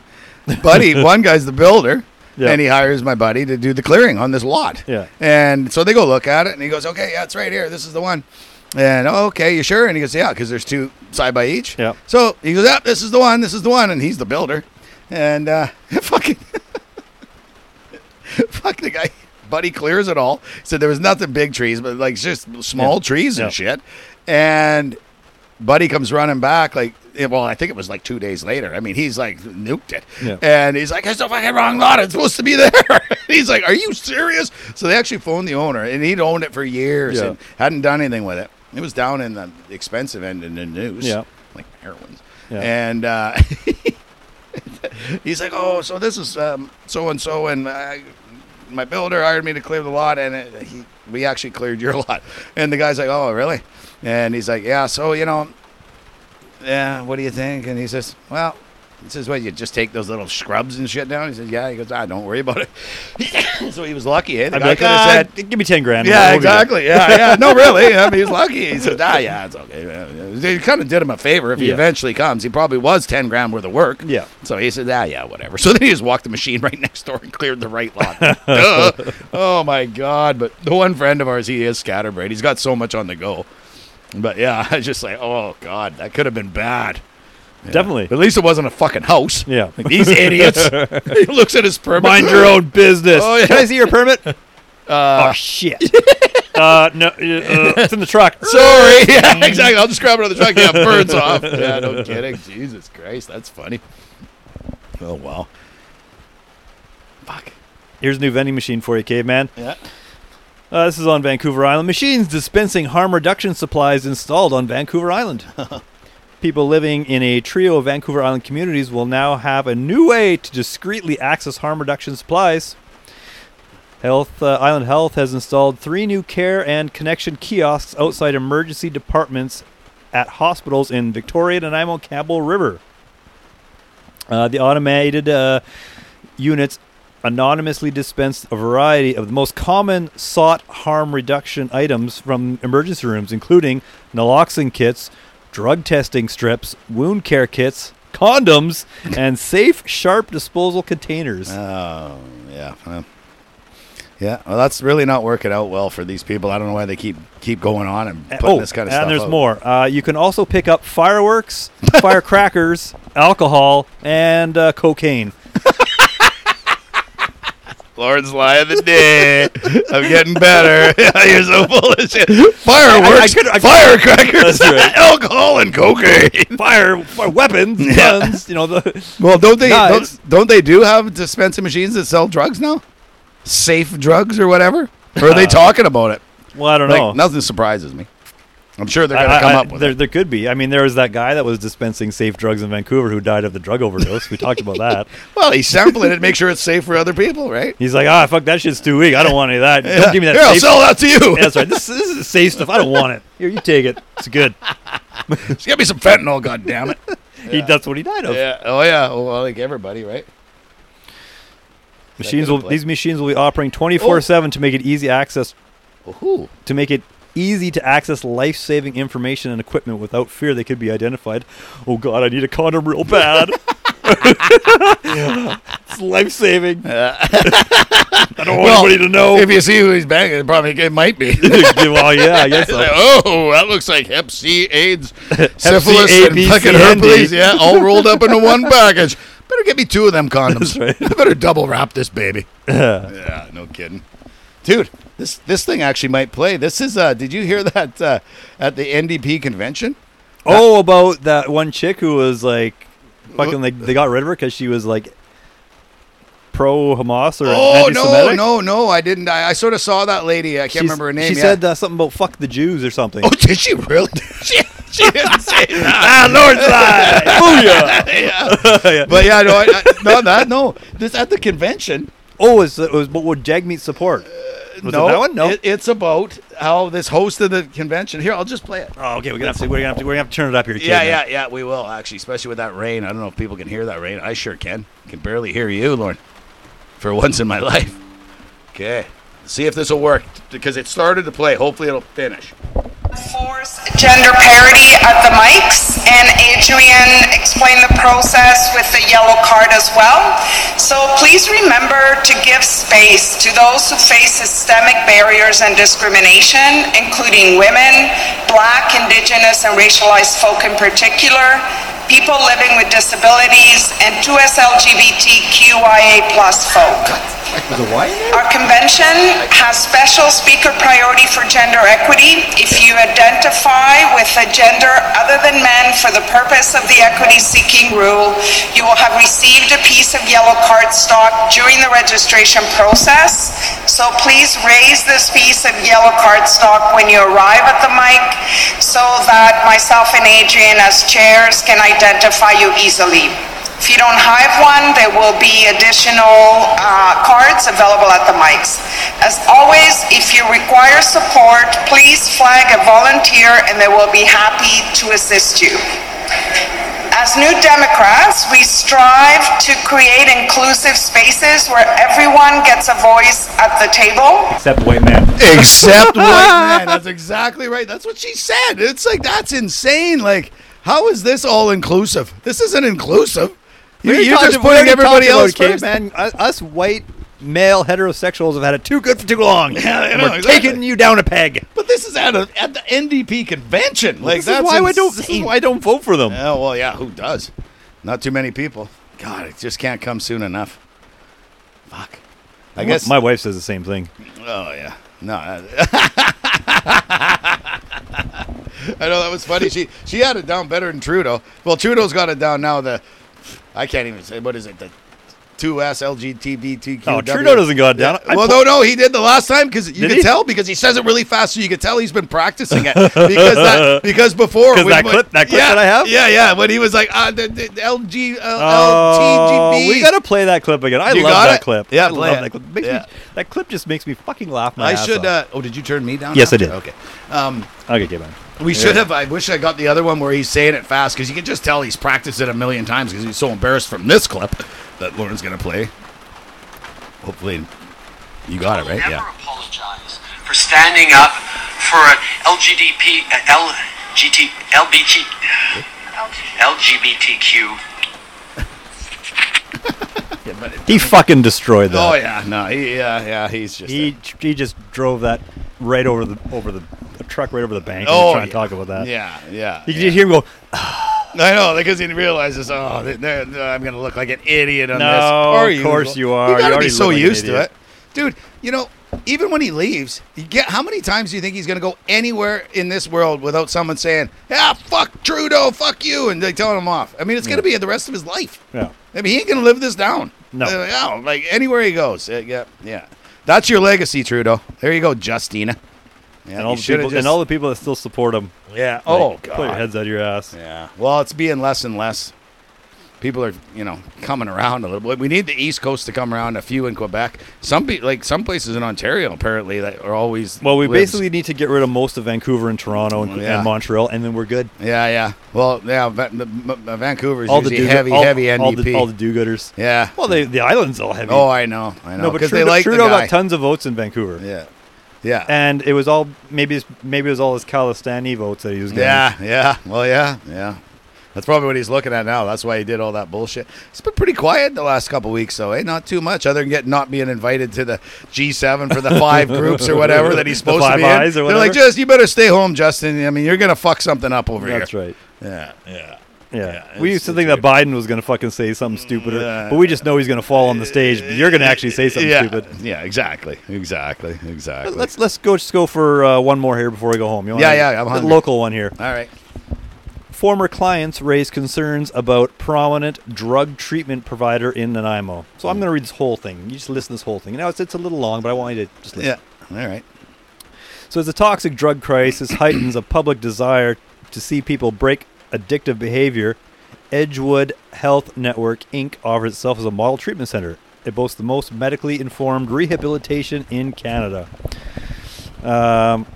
buddy. one guy's the builder,
Yeah.
and he hires my buddy to do the clearing on this lot.
yeah.
And so they go look at it, and he goes, "Okay, yeah, it's right here. This is the one." And "Oh, okay, you sure? And he goes, "Yeah, because there's two side by each."
Yeah.
So he goes, "Yep, this is the one. This is the one." And he's the builder, and uh, fucking fuck the guy. Buddy clears it all. Said there was nothing big trees, but like just small
Yeah.
trees and
Yeah.
shit. And Buddy comes running back, like, yeah, well, I think it was like two days later. I mean, he's like nuked it.
Yeah.
And he's like, it's the fucking wrong lot. It's supposed to be there. he's like, are you serious? So they actually phoned the owner, and he'd owned it for years
Yeah.
and hadn't done anything with it. It was down in the expensive end in the news.
Yeah.
Like heroin.
Yeah.
And uh, he's like, oh, so this is um, so and so, and my builder hired me to clear the lot, and it, he, we actually cleared your lot." And the guy's like, "Oh, really?" And he's like, "Yeah." So you know, yeah. What do you think? And he says, "Well." He says, "What you just take those little scrubs and shit down?" He says, "Yeah." He goes, "I don't worry about it." so he was lucky. Eh? The
I'd be
guy
like,
could have
"Ah,
said,
g- give me ten grand. We'll
yeah,
be good."
exactly. Yeah, yeah. No, really. I mean, he's lucky. He said, ah, yeah, it's okay. man." They kind of did him a favor. If he
Yeah.
eventually comes, he probably was 10 grand worth of work.
Yeah.
So he said, ah, yeah, whatever. So then he just walked the machine right next door and cleared the right lot. Duh. Oh, my God. But the one friend of ours, he is scatterbrained. He's got so much on the go. But yeah, I was just like, oh, God, that could have been bad.
Definitely.
At least it wasn't a fucking house.
Yeah.
Like, these idiots. he looks at his permit.
Mind your own business.
Oh, yeah.
Can I see your permit? oh shit. uh, no, uh, uh, it's in the truck.
Sorry. Yeah, exactly. I'll just grab another truck. Yeah, birds off. Yeah, no kidding. Jesus Christ, that's funny. Oh wow. Fuck.
Here's a new vending machine for you, caveman.
Yeah.
Uh, this is on Vancouver Island. Machines dispensing harm reduction supplies installed on Vancouver Island. People living in a trio of Vancouver Island communities will now have a new way to discreetly access harm reduction supplies. Health uh, Island Health has installed three new care and connection kiosks outside emergency departments at hospitals in Victoria, Nanaimo, Campbell River. Uh, the automated uh, units anonymously dispensed a variety of the most common sought harm reduction items from emergency rooms, including naloxone kits, drug testing strips, wound care kits, condoms, and safe, sharp disposal containers.
Oh yeah. well. yeah. Well, that's really not working out well for these people. I don't know why they keep keep going on and
Uh,
putting this kind of
and
stuff.
there's
out.
more. Uh, you can also pick up fireworks, firecrackers, alcohol, and uh, cocaine.
Lauren's lie of the day. I'm getting better. You're so full of shit. Fireworks,
could- I could-
firecrackers,
That's right.
alcohol, and cocaine.
Fire, fire weapons, guns. You know the
Well, don't they
No, it's-
don't, don't they do have dispensing machines that sell drugs now? Safe drugs or whatever? Or are they talking about it?
well, Uh, I don't
Like
know.
nothing surprises me. I'm sure they're gonna
I- I-
come
I-
up with
there,
it.
there could be. I mean, there was that guy that was dispensing safe drugs in Vancouver who died of the drug overdose. We talked about that.
Well, he's sampling it, to make sure it's safe for other people, right?
He's like, ah, fuck, that shit's too weak. I don't want any of that.
Yeah.
Don't give me that
Here, I'll
safe.
sell that to you.
Yeah, that's right. This, this is safe stuff. I don't want it. Here, you take it. It's good.
Just Get me some fentanyl, goddammit. it.
He, that's what he died of.
yeah. Oh yeah. Oh, Well, like everybody, right?
Machines
That
will
could
these machines will be Oh. operating twenty four seven to make it easy access
Ooh.
to make it easy to access life saving information and equipment without fear they could be identified. Oh God, I need a condom real bad. it's life saving. I don't want
Well,
anybody to know.
If you see who he's banging, it probably it might be.
well, yeah, I guess so.
oh, that looks like Hep C, AIDS, syphilis,
A,
and
B,
fucking
C, and D.
herpes. Yeah, all rolled up into one package. Better get me two of them condoms.
That's
I better double wrap this baby. yeah, no kidding, dude. This this thing actually might play. This is uh, did you hear that uh, at the NDP convention?
Oh, about that one chick who was like, fucking, like they got rid of her because she was like pro Hamas or
Oh no,
anti-Semitic.
no, no! I didn't. I, I sort of saw that lady. I can't
She's-
remember her name.
She
yeah.
said uh, something about fuck the Jews or something.
"Oh, did she really? she, she didn't say that."
ah, Lord's side, booyah!
Oh, yeah.
Yeah.
But yeah, no, I, I, no, that no. This at the convention.
Oh, it's, it was what would Jagmeet support? Was
Uh, no,
it that one? No.
it- it's about how this host of the convention. Here, I'll just play it.
oh, okay. We're gonna have to. We're gonna have to. We're gonna have to turn it up here.
Yeah,
kid,
yeah, yeah. We will actually, especially with that rain. I don't know if people can hear that rain. I sure can. Can barely hear you, Lauren. For once in my life. Okay. See if this will work because it started to play. Hopefully, it'll finish.
Force gender parity at the mics, and Adrian explained the process with the yellow card as well. So please remember to give space to those who face systemic barriers and discrimination, including women, black, indigenous, and racialized folk in particular, people living with disabilities, and 2SLGBTQIA plus folk. Our convention has special speaker priority for gender equity. If you identify with a gender other than men for the purpose of the equity seeking rule, you will have received a piece of yellow card stock during the registration process. So please raise this piece of yellow card stock when you arrive at the mic so that myself and Adrian as chairs can identify you easily. If you don't have one, there will be additional uh, cards available at the mics. As always, if you require support, please flag a volunteer and they will be happy to assist you. As New Democrats, we strive to create inclusive spaces where everyone gets a voice at the table.
Except white man.
Except white man. That's exactly right. That's what she said. It's like that's insane. Like, how is this all inclusive? This isn't inclusive. You,
We
you're
talked-
just
we
putting
already
everybody
talked
else
about it,
first.
Caveman. Us us white male heterosexuals have had it too good for too long.
Yeah, I
And
know,
we're
exactly.
taking you down a peg.
But this is at a, at the NDP convention. Like
this
that's
is why I don't. This
insane.
is why I don't vote for them.
Yeah, well, yeah. Who does? Not too many people. God, it just can't come soon enough. Fuck. I guess.
my wife says the same thing.
oh yeah. No. I I know that was funny. She she had it down better than Trudeau. Well, Trudeau's got it down now. The I can't even say what is it. The two S L G T B T Q.
Oh, Trudeau doesn't got it down. I
Well,
po-
no, no, he did the last time because you
Did
could
he?
tell because he says it really fast, so you could tell he's been practicing it because that, because before
'Cause
when-
that
when-
clip- that clip
yeah,
that I have?
yeah, yeah, when he was like uh, the, the, the LG
Oh,
uh, LTGB,
we gotta play that clip again. I
You
love
got
that
it?
clip.
Yeah,
I
play
love
it.
that clip. Makes
Yeah.
Me, that clip just makes me fucking laugh. My
I
ass
should.
Off.
Uh, oh, did you turn me down?
Yes, I
after?
did.
Okay. Um,
okay, Caveman.
we should have. I wish I got the other one where he's saying it fast because you can just tell he's practiced it a million times because he's so embarrassed from this clip that Lauren's gonna play. Hopefully, you got it right.
never
Yeah.
apologize for standing up for a LGDP, uh, LGT, LBT, LGBTQ.
He fucking destroyed that.
Oh yeah, no, he, yeah, yeah, he's just. a-
He he just drove that right over the over the a truck right over the bank.
Oh,
Oh, trying
yeah.
to talk about that.
Yeah, yeah.
You can
yeah.
just hear him go.
I know because he realizes, oh, th- th- th- I'm going to look like an idiot on
No,
this.
of course you are.
You
You
got to be
already
so
look like an
used to
idiot.
it, dude. You know, even when he leaves, you get how many times do you think he's going to go anywhere in this world without someone saying, "Yeah, fuck Trudeau, fuck you," and they telling him off? I mean, it's going to be the rest of his life.
Yeah.
I mean, he ain't going to live this down.
No.
Uh, yeah, like anywhere he goes, uh, yeah, yeah. That's your legacy, Trudeau. There you go, Justina. Yeah,
And
you
all, the
shoulda
people,
just-
and all the people that still support him.
yeah.
like,
Oh,
Put your
God.
heads out of your ass.
Yeah. Well, it's being less and less. People are, you know, coming around a little bit. We need the East Coast to come around. A few in Quebec. Some pe- like some places in Ontario apparently that are always.
Well, we
libs.
basically need to get rid of most of Vancouver and Toronto and,
Well, yeah.
and Montreal, and then we're good.
Yeah, yeah. Well, yeah. Va- the, m- m- Vancouver's
All the
usually
do
heavy, heavy NDP.
All the, all the do-gooders.
yeah.
Well, they, the island's all heavy.
oh, I know. I know.
no, but
'cause
Trudeau,
they like the
Trudeau
guy.
got tons of votes in Vancouver,
Yeah. Yeah.
and it was all maybe it's- maybe it was all his Calistani votes that he was getting.
Yeah, yeah. Well, yeah, yeah. That's probably what he's looking at now. That's why he did all that bullshit. It's been pretty quiet the last couple weeks, though. Eh? Not too much, other than getting not being invited to the G7 for the five groups or whatever that he's
The
supposed to
Five
be
Eyes
in.
or
They're like,
whatever.
just you better stay home, Justin. I mean, you're gonna fuck something up over
that's
here.
right.
That's right. Yeah, yeah,
Yeah. we
it's-
used to
it's
think that
weird.
Biden was going to fucking say something stupid, or-
Yeah.
but we just know he's going to fall on the stage. But you're going to actually say something
yeah,
stupid.
Yeah, exactly, exactly, exactly.
Let's let's go just go for uh, one more here before we go home. You want
Yeah, yeah, I'm hungry.
local one here.
all right.
Former clients raise concerns about prominent drug treatment provider in Nanaimo. So I'm going to read this whole thing. You just listen to this whole thing. Now it's it's a little long, but I want you to just listen.
Yeah, all right.
So, as the toxic drug crisis heightens a public desire to see people break addictive behavior, Edgewood Health Network Inc. offers itself as a model treatment center. It boasts the most medically informed rehabilitation in Canada. Um,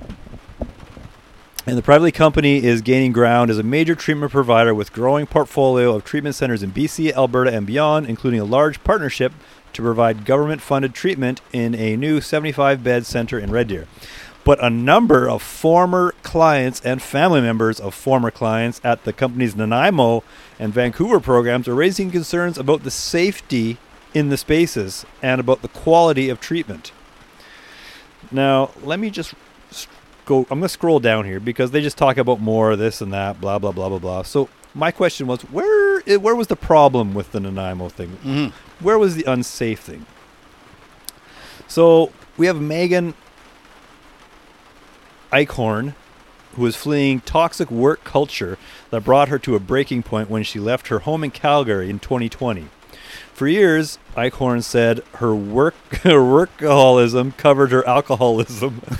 and the privately company is gaining ground as a major treatment provider with growing portfolio of treatment centers in BC, Alberta, and beyond, including a large partnership to provide government-funded treatment in a new 75-bed center in Red Deer. But a number of former clients and family members of former clients at the company's Nanaimo and Vancouver programs are raising concerns about the safety in the spaces and about the quality of treatment. Now, let me just s- go. I'm going to scroll down here because they just talk about more of this and that, blah blah blah blah blah. So my question was, where i- where was the problem with the Nanaimo thing? Where was the unsafe thing? So we have Megan Eichhorn, who was fleeing toxic work culture that brought her to a breaking point when she left her home in Calgary in 2020. For years, Eichhorn said her work her workaholism covered her alcoholism.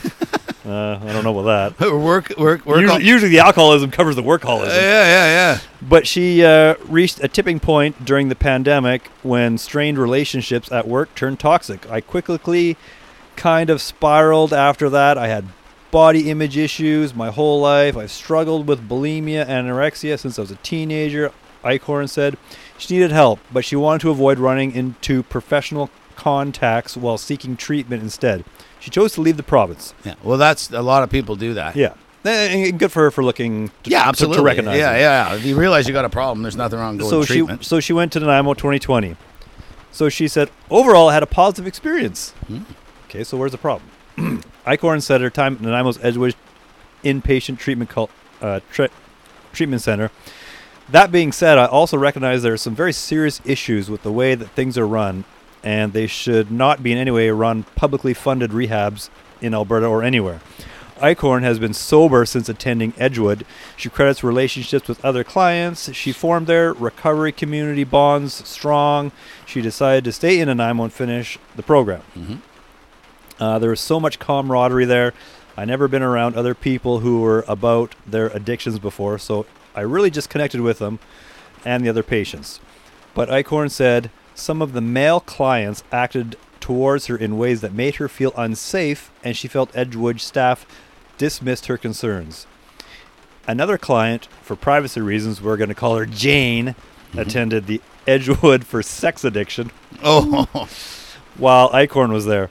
Uh, I don't know about that.
work, work, work.
Usually,
all-
usually the alcoholism covers the workaholism.
yeah, yeah, yeah.
But she uh, reached a tipping point during the pandemic when strained relationships at work turned toxic. I quickly kind of spiraled after that. I had body image issues my whole life. I've struggled with bulimia and anorexia since I was a teenager. Eichhorn said she needed help, but she wanted to avoid running into professional contacts while seeking treatment instead. She chose to leave the province.
Yeah. Well, that's a lot of people do that.
Yeah. Uh, And good for her for looking to,
Yeah,
to-
absolutely.
to, recognize
yeah,
it.
yeah. If you realize you got a problem, there's nothing wrong going
so
to
she
treatment.
so she went to Nanaimo 2020. So she said, overall, I had a positive experience. Okay, so where's the problem? Icorn said her time at Nanaimo's Edgewood inpatient treatment cult, uh, tre- treatment center. That being said, I also recognize there are some very serious issues with the way that things are run, and they should not be in any way run publicly funded rehabs in Alberta or anywhere. Icorn has been sober since attending Edgewood. She credits relationships with other clients. She formed their recovery community bonds strong. She decided to stay in Nanaimo and finish the program. Uh, there was so much camaraderie there. I never been around other people who were about their addictions before, so I really just connected with them and the other patients. But Eichhorn said some of the male clients acted towards her in ways that made her feel unsafe, and she felt Edgewood staff dismissed her concerns. Another client, for privacy reasons, we're going to call her Jane, attended the Edgewood for sex addiction
oh,
while Icorn was there.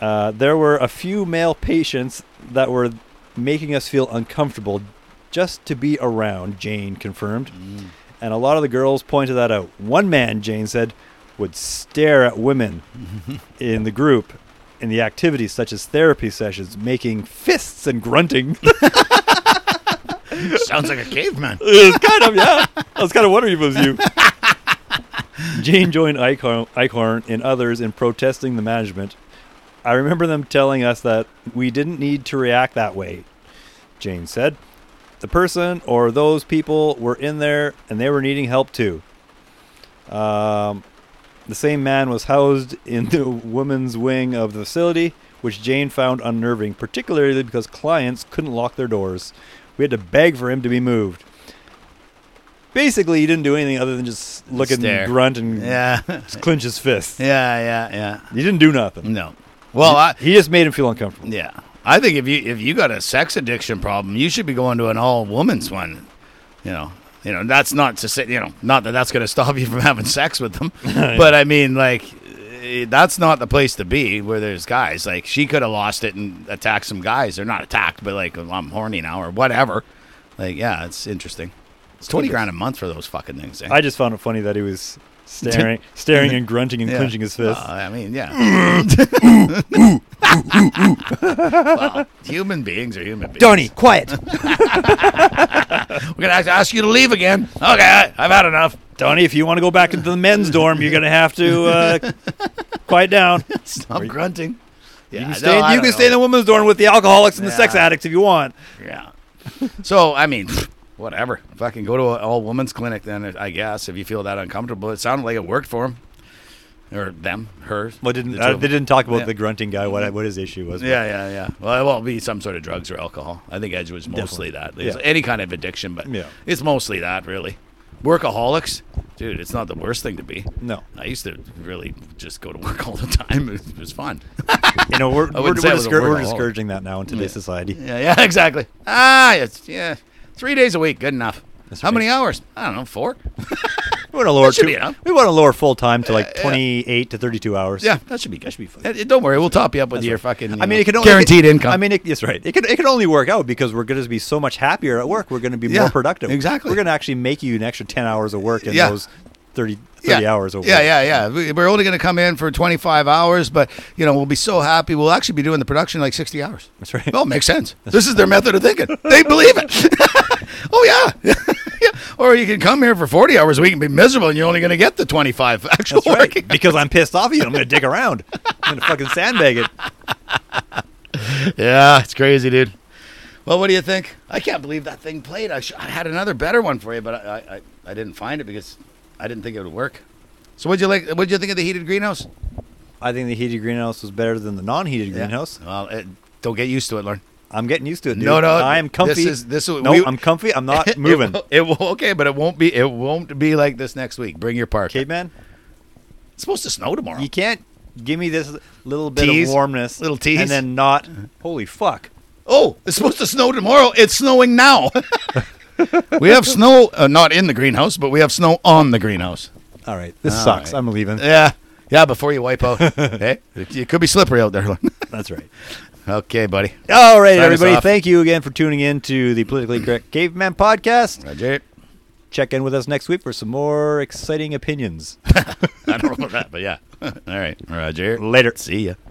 Uh, there were a few male patients that were making us feel uncomfortable just to be around, Jane confirmed. And a lot of the girls pointed that out. One man, Jane said, would stare at women in the group in the activities such as therapy sessions, making fists and grunting.
sounds like a caveman.
it was kind of yeah. I was kind of wondering if it was you. Jane joined Eichhorn, Eichhorn and others in protesting the management. I remember them telling us that we didn't need to react that way. Jane said, "The person or those people were in there, and they were needing help too." Um, the same man was housed in the women's wing of the facility, which Jane found unnerving, particularly because clients couldn't lock their doors. We had to beg for him to be moved. Basically, he didn't do anything other than just look and
Stare.
grunt and
Yeah, yeah,
just clench his fist.
yeah, yeah.
He didn't do nothing.
No. Well, I
He just made him feel uncomfortable.
yeah. I think if you if you got a sex addiction problem, you should be going to an all woman's one. You know, you know that's not to say you know not that that's going to stop you from having sex with them, but I mean like eh, that's not the place to be where there's guys. Like she could have lost it and attacked some guys. They're not attacked, but like I'm horny now or whatever. Like yeah, it's interesting. It's twenty grand a month for those fucking things. Eh?
I just found it funny that he was staring, staring and grunting and
Yeah. Uh,
clenching his fist.
Well, I mean, yeah. well, human beings are human beings.
quiet.
We're going to have to ask you to leave again. Okay, I- I've had enough.
Donnie, if you want to go back into the men's dorm, you're going to have to uh, quiet down.
Stop grunting. Yeah,
You
no,
can, stay,
I
you
don't
can stay in the
know.
women's dorm with the alcoholics and the sex
Yeah.
addicts if you want.
Yeah. So, I mean, whatever. Fucking go to an all women's clinic then, I guess, if you feel that uncomfortable. It sounded like it worked for him. Or them, her.
Well, didn't
the two
uh,
of
they
them.
didn't talk about
Yeah.
the grunting guy? What what his issue was? but-
Yeah, yeah, yeah. Well, it won't be some sort of drugs or alcohol. I think Edge was mostly
Definitely.
that. It's
Yeah.
Any kind of addiction, but
Yeah.
it's mostly that, really. Workaholics, dude, it's not the worst thing to be.
No.
I used to really just go to work all the time. It was fun.
you know we're
I
we're, we're,
wouldn't say I was a
discour- we're
workaholic.
discouraging that now in today's society.
yeah, yeah, exactly. Ah, it's, yeah, three days a week, good enough.
That's
How many
right.
hours? I don't know, four.
We want to lower
should
two-
be enough.
we want to lower full time to like 28 to 32 hours.
Yeah, that should be good.
that should be fun.
Uh, Don't worry, we'll top you up with your fucking. you
I mean,
know,
it can only,
guaranteed
it,
income.
I mean, it, that's right. It can it can only work out because we're going to be so much happier at work. We're going to be
Yeah,
more productive.
exactly.
We're going to actually make you an extra 10 hours of work in
Yeah.
those 30, 30
yeah.
hours of work.
Yeah, yeah, yeah. We- We're only going to come in for 25 hours, but you know we'll be so happy. We'll actually be doing the production like 60 hours.
That's right.
Well, makes sense. This is their method of thinking. They believe it. oh yeah. yeah. Or you can come here for 40 hours a week and be miserable, and you're only going to get the 25 actual
That's right.
working.
Because I'm pissed off at you. I'm going to dig around. I'm going to fucking sandbag it.
Yeah, it's crazy, dude. Well, what do you think? I can't believe that thing played. I, sh- I had another better one for you, but I, I- I I didn't find it because I didn't think it would work. So, what'd you like? What'd you think of the heated greenhouse?
I think the heated greenhouse was better than the non-heated greenhouse.
Well, it Don't get used to it, Lauren.
I'm getting used to it. Dude.
No, no,
I am comfy.
this is- this is-
no,
we-
I'm comfy. I'm not
It
moving.
will- It will, okay, but it won't be. It won't be like this next week. Bring your park.
Caveman,
It's supposed to snow tomorrow.
you can't give me this little bit
Tease.
of warmness,
Little tease.
and then not. Holy fuck!
Oh, it's supposed to snow tomorrow. It's snowing now. we have snow, uh, not in the greenhouse, but we have snow on the greenhouse.
All right, this
All
sucks.
right.
I'm leaving.
Yeah, yeah. Before you wipe out, hey, it could be slippery out there. Lauren.
That's right.
okay, buddy.
All right,
Sign us
everybody.
off.
Thank you again for tuning in to the politically correct caveman podcast.
Roger.
Check in with us next week for some more exciting opinions.
I don't know about that, but yeah. All right, Roger.
Later.
See ya.